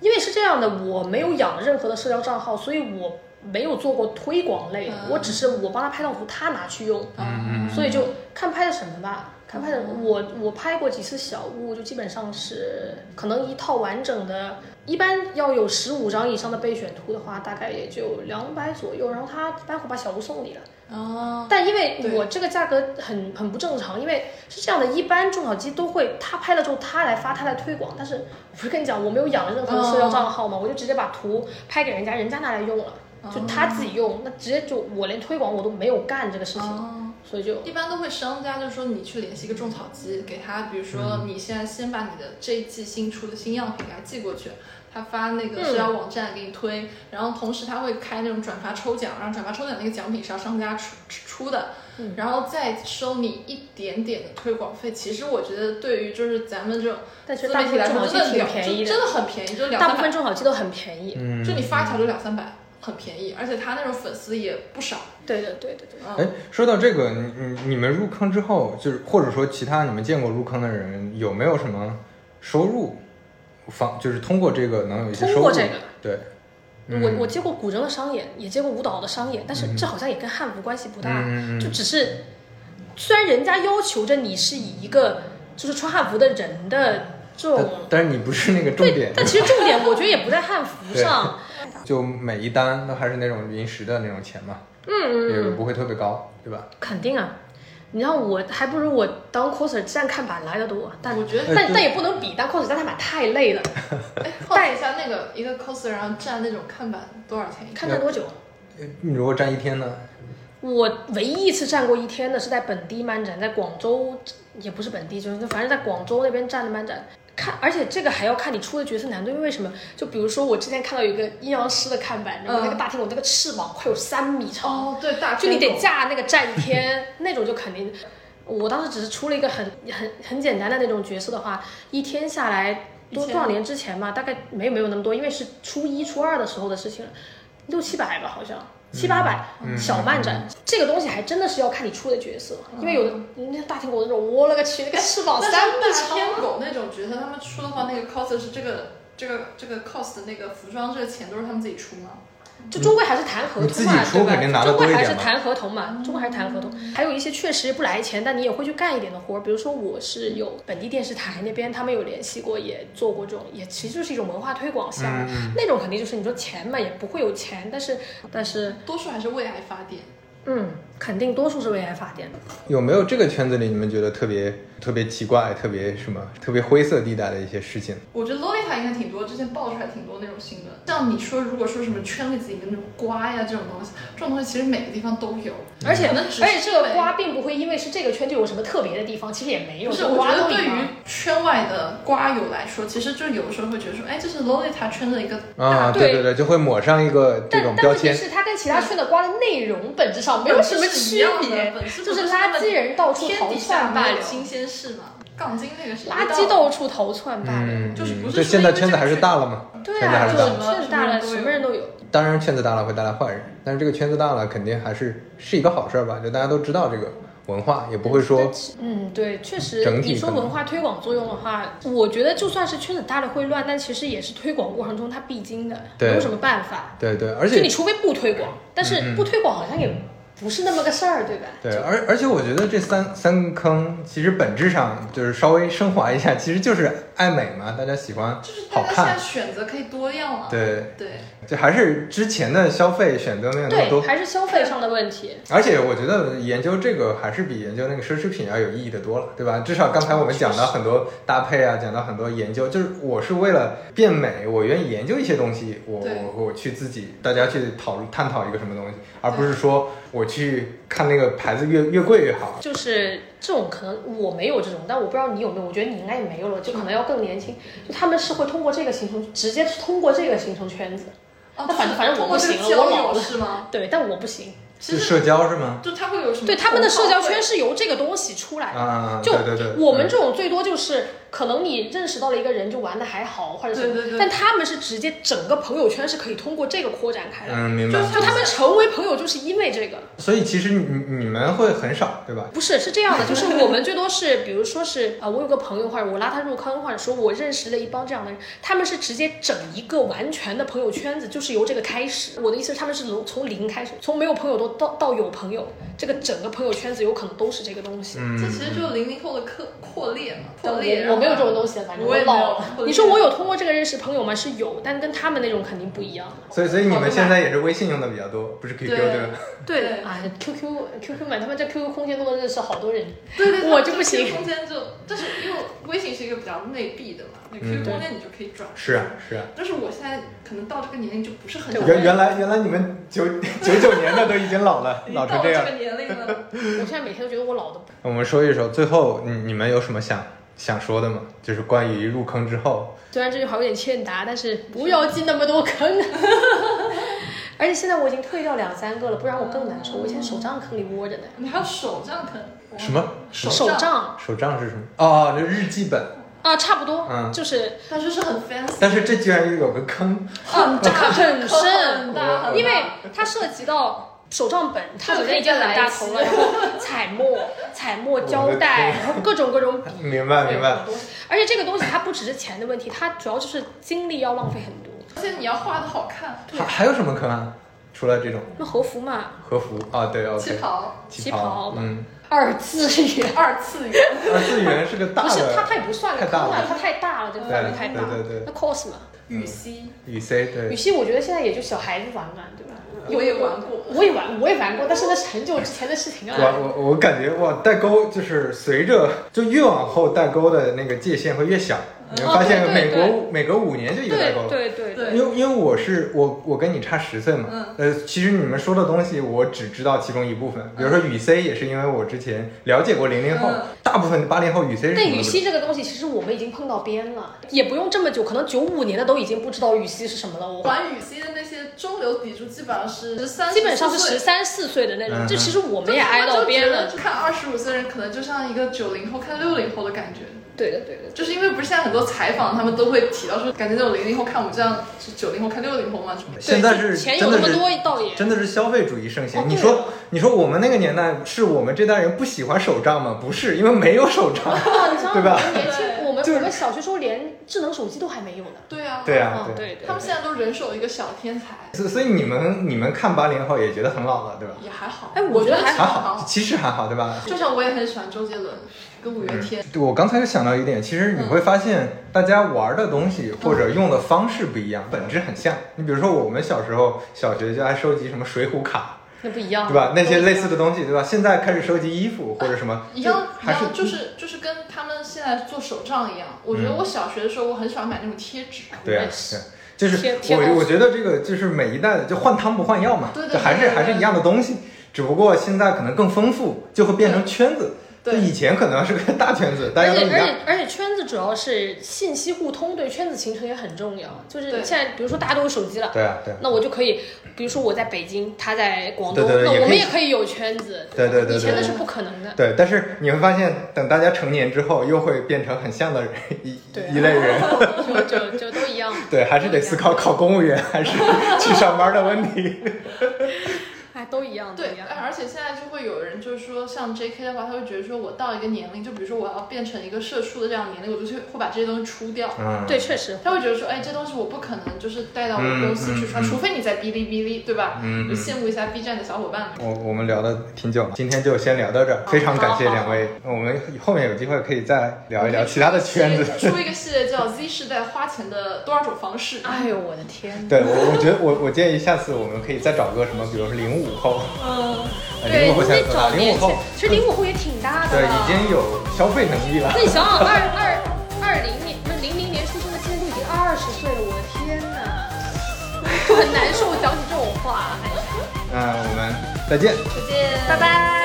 Speaker 3: 因为是这样的，我没有养任何的社交账号，所以我没有做过推广类的，
Speaker 2: 嗯
Speaker 3: 我只是我帮他拍到图，他拿去用，
Speaker 2: 嗯
Speaker 3: 所以就看拍的什么吧。看拍的我我拍过几次小物，就基本上是可能一套完整的，一般要有十五张以上的备选图的话，大概也就两百左右，然后他一般会把小物送你的。
Speaker 1: 嗯
Speaker 2: 哦，
Speaker 3: 但因为
Speaker 2: 对
Speaker 3: 我这个价格很很不正常，因为是这样的，一般种草机都会他拍了之后他来发，他来推广。但是我不是跟你讲，我没有养任何的社
Speaker 2: 哦
Speaker 3: 交账号嘛，我就直接把图拍给人家，人家拿来用了，
Speaker 2: 哦
Speaker 3: 就他自己用，那直接就我连推广我都没有干这个事情，
Speaker 2: 哦，
Speaker 3: 所以就
Speaker 2: 一般都会商家就是说你去联系一个种草机，给他，比如说你现在先把你的这一季新出的新样品给他寄过去，他发那
Speaker 3: 嗯
Speaker 2: 个社交网站给你推，然后同时他会开那种转发抽奖，然后转发抽奖那个奖品是要商家出出的，
Speaker 3: 嗯
Speaker 2: 然后再收你一点点的推广费。其实我觉得对于就是咱们这种
Speaker 3: 但
Speaker 2: 自
Speaker 3: 是大
Speaker 2: 媒
Speaker 3: 部
Speaker 2: 体
Speaker 3: 分
Speaker 2: 来
Speaker 3: 种
Speaker 2: 说
Speaker 3: 草
Speaker 2: 真
Speaker 3: 机
Speaker 2: 的
Speaker 3: 挺
Speaker 2: 两
Speaker 3: 便宜
Speaker 2: 就
Speaker 3: 的，
Speaker 2: 真的很便宜，就两
Speaker 3: 大
Speaker 2: 三百
Speaker 3: 部分种草机都很便宜。
Speaker 1: 嗯，
Speaker 2: 就你发一条就两三百，很便宜，而且他那种粉丝也不少。
Speaker 3: 对的，对的，对的。
Speaker 1: 哎
Speaker 2: 嗯，，
Speaker 1: 说到这个，你你你们入坑之后，就是或者说其他你们见过入坑的人，有没有什么收入方，就是通过这个能有一些收入？
Speaker 3: 通过这个
Speaker 1: 对，嗯
Speaker 3: 我我接过古筝的商演，也接过舞蹈的商演，但是这好像也跟汉服关系不大，
Speaker 1: 嗯嗯嗯
Speaker 3: 就只是虽然人家要求着你是以一个就是穿汉服的人的这
Speaker 1: 但
Speaker 3: 种，
Speaker 1: 但是你不是那个重
Speaker 3: 对
Speaker 1: 点，，
Speaker 3: 但其实重点我觉得也不在汉 服上，
Speaker 1: 就每一单都还是那种云石的那种钱嘛，
Speaker 3: 嗯，
Speaker 1: 也不会特别高，对吧？
Speaker 3: 肯定啊。你让我还不如我当 coser 站看板来的多，但
Speaker 2: 我觉得
Speaker 1: 哎
Speaker 3: 但
Speaker 1: 对
Speaker 3: 但也不能比当 coser 站看板太累了，
Speaker 2: 哎， 好奇一下那个一个 cos，然后站那种看板多少钱一个？
Speaker 3: 看站多久？啊
Speaker 1: 呃你如果站一天呢？
Speaker 3: 我唯一一次站过一天的是在本地漫展，在广州，也不是本地，就是反正在广州那边站的漫展。看，而且这个还要看你出的角色难度，因为为什么？就比如说我之前看到有一个阴阳师的看板，然后那个大天狗那个翅膀快有三米长，
Speaker 2: 哦，对，大
Speaker 3: 就你
Speaker 2: 天
Speaker 3: 得
Speaker 2: 狗
Speaker 3: 架那个战天，那种就肯定。我当时只是出了一个很很很简单的那种角色的话，一天下来多
Speaker 2: 一千
Speaker 3: 多少年之前吧，大概没有没有那么多，因为是初一初二的时候的事情了，六七百吧，好像七八百、
Speaker 1: 嗯
Speaker 3: 小漫展、这个东西还真的是要看你出的角色，因为有的人家大天狗那种，我勒个去，那个翅膀
Speaker 2: 但
Speaker 3: 三
Speaker 2: 嗯是
Speaker 3: 米
Speaker 2: 大
Speaker 3: 长，
Speaker 2: 天狗那种角色，他们出的话，那个 cos 是这个这个这个 cos 的那个服装这个钱都是他们自己出吗？
Speaker 3: 就终归还是谈合
Speaker 1: 你
Speaker 3: 同
Speaker 1: 自己
Speaker 3: 嘛，
Speaker 1: 出
Speaker 3: 对吧？
Speaker 1: 肯定拿得
Speaker 3: 终归
Speaker 1: 多一
Speaker 3: 还
Speaker 1: 点
Speaker 3: 是
Speaker 1: 嘛
Speaker 3: 谈合同嘛，终归还是谈合同。还有一些确实不来钱，但你也会去干一点的活儿，比如说我是有本地电视台那边他们有联系过，也做过这种，也其实就是一种文化推广项
Speaker 1: 嗯
Speaker 3: 目。那种肯定就是你说钱嘛，也不会有钱，但是但是
Speaker 2: 多数还是为爱发电。
Speaker 3: 嗯，肯定多数是为爱发电的。
Speaker 1: 有没有这个圈子里你们觉得特别特别奇怪、特别什么、特别灰色地带的一些事情？
Speaker 2: 我觉得洛丽塔应该挺多，之前爆出来挺多那种新闻。像你说，如果说什么圈里子里面那种瓜呀这种东西，这种东西其实每个地方都有，
Speaker 3: 而且
Speaker 2: 可能
Speaker 3: 而
Speaker 2: 只是
Speaker 3: 且这个
Speaker 2: 被
Speaker 3: 瓜并不会因为是这个圈就有什么特别的地方，其实也没有。啊
Speaker 2: 不是，
Speaker 3: 就
Speaker 2: 我觉
Speaker 3: 瓜
Speaker 2: 得
Speaker 3: 都一
Speaker 2: 对
Speaker 3: 样
Speaker 2: 于圈外的瓜友来说，其实就有的时候会觉得说，哎，这是 Lolita 圈的一个
Speaker 1: 啊，
Speaker 2: 大
Speaker 1: 对
Speaker 3: 对
Speaker 1: 对对，就会抹上一个这
Speaker 3: 但
Speaker 1: 种
Speaker 3: 但
Speaker 1: 标
Speaker 3: 问题
Speaker 1: 签。
Speaker 3: 是，它跟其他圈的瓜的内容本质上没有什么区
Speaker 2: 本嗯
Speaker 3: 别，
Speaker 2: 质是一样的本质
Speaker 3: 就
Speaker 2: 不
Speaker 3: 是
Speaker 2: 是
Speaker 3: 垃圾人到处
Speaker 2: 天
Speaker 3: 逃
Speaker 2: 底
Speaker 3: 窜
Speaker 2: 下
Speaker 3: 罢
Speaker 2: 没
Speaker 3: 了
Speaker 2: 有，新鲜事嘛。杠精那个是
Speaker 3: 垃圾到处逃窜罢了。
Speaker 1: 嗯，
Speaker 2: 就是不
Speaker 1: 嗯
Speaker 2: 是
Speaker 1: 就
Speaker 2: 说
Speaker 1: 现在圈
Speaker 2: 因为这
Speaker 1: 子
Speaker 2: 个
Speaker 1: 还是
Speaker 2: 圈
Speaker 1: 大了嘛？
Speaker 3: 对
Speaker 1: 圈子
Speaker 3: 啊，
Speaker 1: 嗯还
Speaker 3: 就
Speaker 1: 大了。
Speaker 3: 是是圈子大了，什么人都有。
Speaker 1: 当然，圈子大了会带来坏人，但是这个圈子大了肯定还是是一个好事儿吧？就大家都知道这个文化，也不会说
Speaker 3: 嗯，对，确实，
Speaker 1: 整体
Speaker 3: 你说
Speaker 1: 可能
Speaker 3: 文化推广作用的话，我觉得就算是圈子大了会乱，但其实也是推广过程中它必经的，
Speaker 1: 对
Speaker 3: 没有什么办法。
Speaker 1: 对对，而
Speaker 3: 就
Speaker 1: 且嗯
Speaker 3: 你除非不推广，但是不推广好像也不是那么个事儿，对吧？
Speaker 1: 对，
Speaker 3: 就
Speaker 1: 而而且我觉得这三三个坑其实本质上就是稍微升华一下，其实就是爱美嘛，大家喜欢
Speaker 2: 就是
Speaker 1: 好
Speaker 2: 大家现在
Speaker 1: 看，
Speaker 2: 选择可以多样了。
Speaker 1: 对，
Speaker 2: 对，
Speaker 1: 就还是之前的消费选择没有那么
Speaker 3: 对，
Speaker 1: 多，
Speaker 3: 还是消费上的问题。
Speaker 1: 而且我觉得研究这个还是比研究那个奢侈品要有意义的多了，对吧？至少刚才我们讲到很多搭配啊，讲到很多研究，就是我是为了变美，我愿意研究一些东西，我
Speaker 2: 对
Speaker 1: 我我去自己大家去讨论探讨一个什么东西，而不是说我去看那个牌子越越贵越好。
Speaker 3: 就是这种可能我没有这种，但我不知道你有没有，我觉得你应该也没有了，就可能要更年轻。就他们是会通过这个形成，直接通过这个形成圈子。
Speaker 2: 哦，
Speaker 3: 那反正反正我不行了
Speaker 2: 通过这
Speaker 3: 我
Speaker 2: 个
Speaker 3: 老
Speaker 2: 交
Speaker 3: 了
Speaker 2: 友是吗？
Speaker 3: 对，但我不行。
Speaker 2: 其
Speaker 1: 是
Speaker 2: 实
Speaker 1: 社交是吗？
Speaker 2: 就他会有什么？
Speaker 3: 对，他们的社交圈是由这个东西出来的。
Speaker 1: 啊，
Speaker 3: 就
Speaker 1: 对对对，
Speaker 3: 我们
Speaker 1: 嗯
Speaker 3: 这种最多就是，可能你认识到了一个人就玩的还好，或者什么，
Speaker 2: 对对对
Speaker 3: 但他们是直接整个朋友圈是可以通过这个扩展开来的，
Speaker 1: 嗯明白
Speaker 2: 就。
Speaker 3: 就他们成为朋友就是因为这个，
Speaker 1: 所以其实你你们会很少，对吧？
Speaker 3: 不是是这 样的，就是我们最多是，比如说是啊、呃我有个朋友或者我拉他入坑，或者说我认识了一帮这样的人，他们是直接整一个完全的朋友圈子，就是由这个开始。我的意思是，他们是从从零开始，从没有朋友都到到有朋友，这个整个朋友圈子有可能都是这个东西。
Speaker 1: 嗯
Speaker 2: 这其实就是零零后的扩扩列嘛，
Speaker 3: 但
Speaker 2: 扩列。
Speaker 3: 我我没有这种
Speaker 2: 西。
Speaker 3: 东西，反正
Speaker 2: 啊我也没有
Speaker 3: 老了
Speaker 2: 我。
Speaker 3: 你说我有通过这个认识朋友吗？是有，但跟他们那种肯定不一样了。
Speaker 1: 所以所以你们现在也是微信用的比较多，不是 QQ
Speaker 2: 对
Speaker 1: 对吧？
Speaker 2: 对
Speaker 3: 啊，QQ QQ 嘛，他们在 QQ 空间都能认识好多 人。
Speaker 2: 对对，
Speaker 3: 我
Speaker 2: 它
Speaker 3: 就不行
Speaker 2: QQ 空间就，但是因为微信是一个比较内闭的嘛，那
Speaker 1: 嗯
Speaker 2: QQ 空间你就可以转。
Speaker 1: 是啊是啊。
Speaker 2: 但是我现在可能到这个年龄就不是很
Speaker 3: 对
Speaker 2: 想
Speaker 1: 原原来原来你们九九九年的都已经老 了，
Speaker 2: 已经
Speaker 1: 老
Speaker 2: 到
Speaker 1: 成这
Speaker 2: 了
Speaker 1: 样
Speaker 2: 个。年龄了，
Speaker 3: 我现在每天都觉得我老的
Speaker 1: 我们说一说，最后你你们有什么想想说的吗？就是关于入坑之后，
Speaker 3: 虽然这句话有点欠打，但是不要进那么多坑。 而且现在我已经退掉两三个了，不然我更难受。我现在手账坑里窝着呢。
Speaker 2: 你还有手账啃
Speaker 1: 什？么
Speaker 2: 手
Speaker 3: 手
Speaker 2: 账
Speaker 3: 账
Speaker 1: 手账是什么？哦，这日记本。
Speaker 3: 啊，差不多，
Speaker 1: 嗯
Speaker 3: 就是
Speaker 2: 它就是很 fancy，
Speaker 1: 但是这居然有个坑，
Speaker 2: 很
Speaker 3: 这个很深
Speaker 2: 很，大，很大
Speaker 3: 因为它涉及到手账本，它本身已经很大头了，然后彩墨、彩墨胶带，然后各种各种笔，
Speaker 1: 明白明白。
Speaker 3: 而且这个东西它不只是钱的问题，它主要就是精力要浪费很多。
Speaker 2: 而且你要画的好看，
Speaker 1: 还还有什么坑啊？除了这种
Speaker 3: 那和服嘛，
Speaker 1: 和服啊，对
Speaker 2: 旗
Speaker 1: ，OK，
Speaker 2: 袍
Speaker 1: 旗
Speaker 3: 旗袍
Speaker 1: 嗯，
Speaker 3: 二次元，
Speaker 2: 二次元，
Speaker 1: 二次元是个大
Speaker 3: 不是它，
Speaker 1: 的
Speaker 3: 它也不算个
Speaker 1: 太大
Speaker 3: 坑
Speaker 1: 了
Speaker 3: 了，它太大了，这个范围太大。
Speaker 1: 对对对
Speaker 3: 那 cos 嘛，
Speaker 2: 羽西，
Speaker 1: 雨 C，
Speaker 3: 羽
Speaker 1: 对，
Speaker 3: 西我觉得现在也就小孩子玩玩，对吧？
Speaker 1: 嗯
Speaker 2: 我也玩过
Speaker 3: 我也玩，我也玩过，但是那是很久之前的事情
Speaker 1: 我
Speaker 3: 了。
Speaker 1: 我我感觉哇，代沟就是随着就越往后代沟的那个界限会越小，你会发现
Speaker 3: 哦
Speaker 1: 每
Speaker 3: 对对
Speaker 1: 隔
Speaker 3: 对
Speaker 1: 五每隔五年就一个代
Speaker 3: 对
Speaker 1: 沟了。
Speaker 3: 对对
Speaker 2: 对
Speaker 1: 因为因为我是我我跟你差十岁嘛，
Speaker 2: 嗯
Speaker 1: 呃，其实你们说的东西我只知道其中一部分，比如说
Speaker 3: 嗯
Speaker 1: 雨 C 也是因为我之前了解过零零后，
Speaker 2: 嗯
Speaker 1: 大部分八零后雨 C 是
Speaker 3: 但
Speaker 1: 什么都
Speaker 3: 羽
Speaker 1: 不
Speaker 3: 西
Speaker 1: 知
Speaker 3: 这个东西，其实我们已经碰到边了，也不用这么久，可能九五年的都已经不知道羽西是什么了。 我
Speaker 2: 玩羽西的那些中流砥柱基本上是十三，
Speaker 3: 基本上是
Speaker 2: 14
Speaker 3: 十三四岁的那
Speaker 1: 嗯
Speaker 3: 种，
Speaker 1: 嗯
Speaker 3: 这其实我们也挨到边了。
Speaker 2: 就看二十五岁人，可能就像一个九零后看六零后的感觉，
Speaker 3: 对的对的，
Speaker 2: 就是因为不是现在很多采访，他们都会提到说，感觉那种零零后看我们这样，是九零后看六零后嘛什么
Speaker 1: 道。
Speaker 2: 的。
Speaker 1: 现在是
Speaker 3: 钱
Speaker 1: 真
Speaker 3: 有那
Speaker 1: 的
Speaker 3: 么
Speaker 1: 是
Speaker 3: 多，倒也
Speaker 1: 真的是消费主义盛行。
Speaker 3: 哦
Speaker 1: 你
Speaker 3: 对
Speaker 1: 说你说我们那个年代是我们这代人不喜欢手账吗？不是，因为没有手 账。
Speaker 3: 啊，你知道
Speaker 1: 对
Speaker 3: 我
Speaker 1: 吧
Speaker 3: 们年轻，
Speaker 2: 对
Speaker 3: 我们
Speaker 1: 就是
Speaker 3: 我们小学时候连智能手机都还没有呢。
Speaker 2: 对啊，
Speaker 1: 对啊
Speaker 3: 啊，，对对，
Speaker 2: 他们现在都人手一个小天才，
Speaker 1: 所所以你们你们看八零后也觉得很老了，对吧？
Speaker 2: 也还好。
Speaker 3: 哎我觉得还
Speaker 2: 还
Speaker 1: 还好，。其实还好，对吧？
Speaker 2: 就像我也很喜欢周杰伦跟五月天，
Speaker 1: 我刚才又想到一点，其实你会发现大家玩的东西或者用的方式不一样，本质很像。你比如说我们小时候小学就爱收集什么水浒卡，
Speaker 3: 那不一样，
Speaker 1: 对吧？那些类似的东西，对吧？现在开始收集衣服或者什么，
Speaker 2: 一样
Speaker 1: 就
Speaker 2: 一
Speaker 1: 还是嗯
Speaker 2: 样，就是就是跟他们现在做手账一样。我
Speaker 1: 嗯
Speaker 2: 觉得我小学的时候，我很喜欢买那种贴纸，
Speaker 1: 对啊，对啊就是
Speaker 3: 贴贴
Speaker 1: 我
Speaker 3: 东西
Speaker 1: 我觉得这个就是每一代的就换汤不换药嘛，
Speaker 2: 对对
Speaker 1: 就还是
Speaker 2: 对对
Speaker 1: 还是一样的东西，只不过现在可能更丰富，就会变成圈子。
Speaker 2: 对
Speaker 1: 就以前可能是个大圈子，大
Speaker 3: 而
Speaker 1: 家都
Speaker 3: 且
Speaker 1: 一
Speaker 3: 而
Speaker 1: 样。
Speaker 3: 且而且圈子主要是信息互通，对圈子形成也很重要。就是
Speaker 2: 对
Speaker 3: 现在，比如说大家都有手机了，
Speaker 1: 对啊，对啊。
Speaker 3: 那我就可以，比如说我在北京，他在广
Speaker 1: 对
Speaker 3: 东，
Speaker 1: 对对也
Speaker 3: 那我
Speaker 1: 可
Speaker 3: 们
Speaker 1: 以
Speaker 3: 也可以有圈子。
Speaker 1: 对对对对
Speaker 3: 以前那
Speaker 1: 对
Speaker 3: 是不可能的。
Speaker 1: 对，但是你会发现，等大家成年之后，又会变成很像的人一
Speaker 3: 对啊
Speaker 1: 一类 人。
Speaker 3: 就就就都一样。
Speaker 1: 对，还是得思考考公务员还是去上班的问题。
Speaker 3: 哎，都一样，都
Speaker 2: 对，
Speaker 3: 一样
Speaker 2: 哎而且现在就会有人就是说，像 J.K. 的话，他会觉得说我到一个年龄，就比如说我要变成一个社畜的这样的年龄，我就去会把这些东西出掉。
Speaker 1: 嗯，
Speaker 3: 对，确实，
Speaker 2: 他会觉得说，哎，这东西我不可能就是带到我公司去
Speaker 1: 嗯
Speaker 2: 穿，
Speaker 1: 嗯嗯
Speaker 2: 除非你在哔哩哔哩，对吧？
Speaker 1: 嗯
Speaker 2: 就羡慕一下 B 站的小伙伴们。
Speaker 1: 我我们聊的挺久了，今天就先聊到这儿，非常感谢两位，我们后面有机会可以再聊一聊其他的圈子。
Speaker 2: 出一个系列叫 Z 世代花钱的多少种方式。
Speaker 3: 哎呦我的 天，
Speaker 1: 对我，我觉得我我建议下次我们可以再找个什么，比如说零五后，
Speaker 2: 嗯，
Speaker 1: 呃
Speaker 3: 对，
Speaker 1: 零五后
Speaker 3: 你
Speaker 1: 现在
Speaker 3: 得
Speaker 1: 多
Speaker 3: 找
Speaker 1: 大？零
Speaker 3: 年
Speaker 1: 五
Speaker 3: 轻
Speaker 1: 后，，
Speaker 3: 其实零五后也挺大的
Speaker 1: 对，
Speaker 3: 了，
Speaker 1: 已经有消费能力了
Speaker 3: 那。你想想，二二二零年，不是零零年出生的，现在都已经二十岁了，我的天 哪，很难受，讲起这种话，哎
Speaker 1: 嗯，我们再见。
Speaker 2: 再见，
Speaker 3: 拜拜。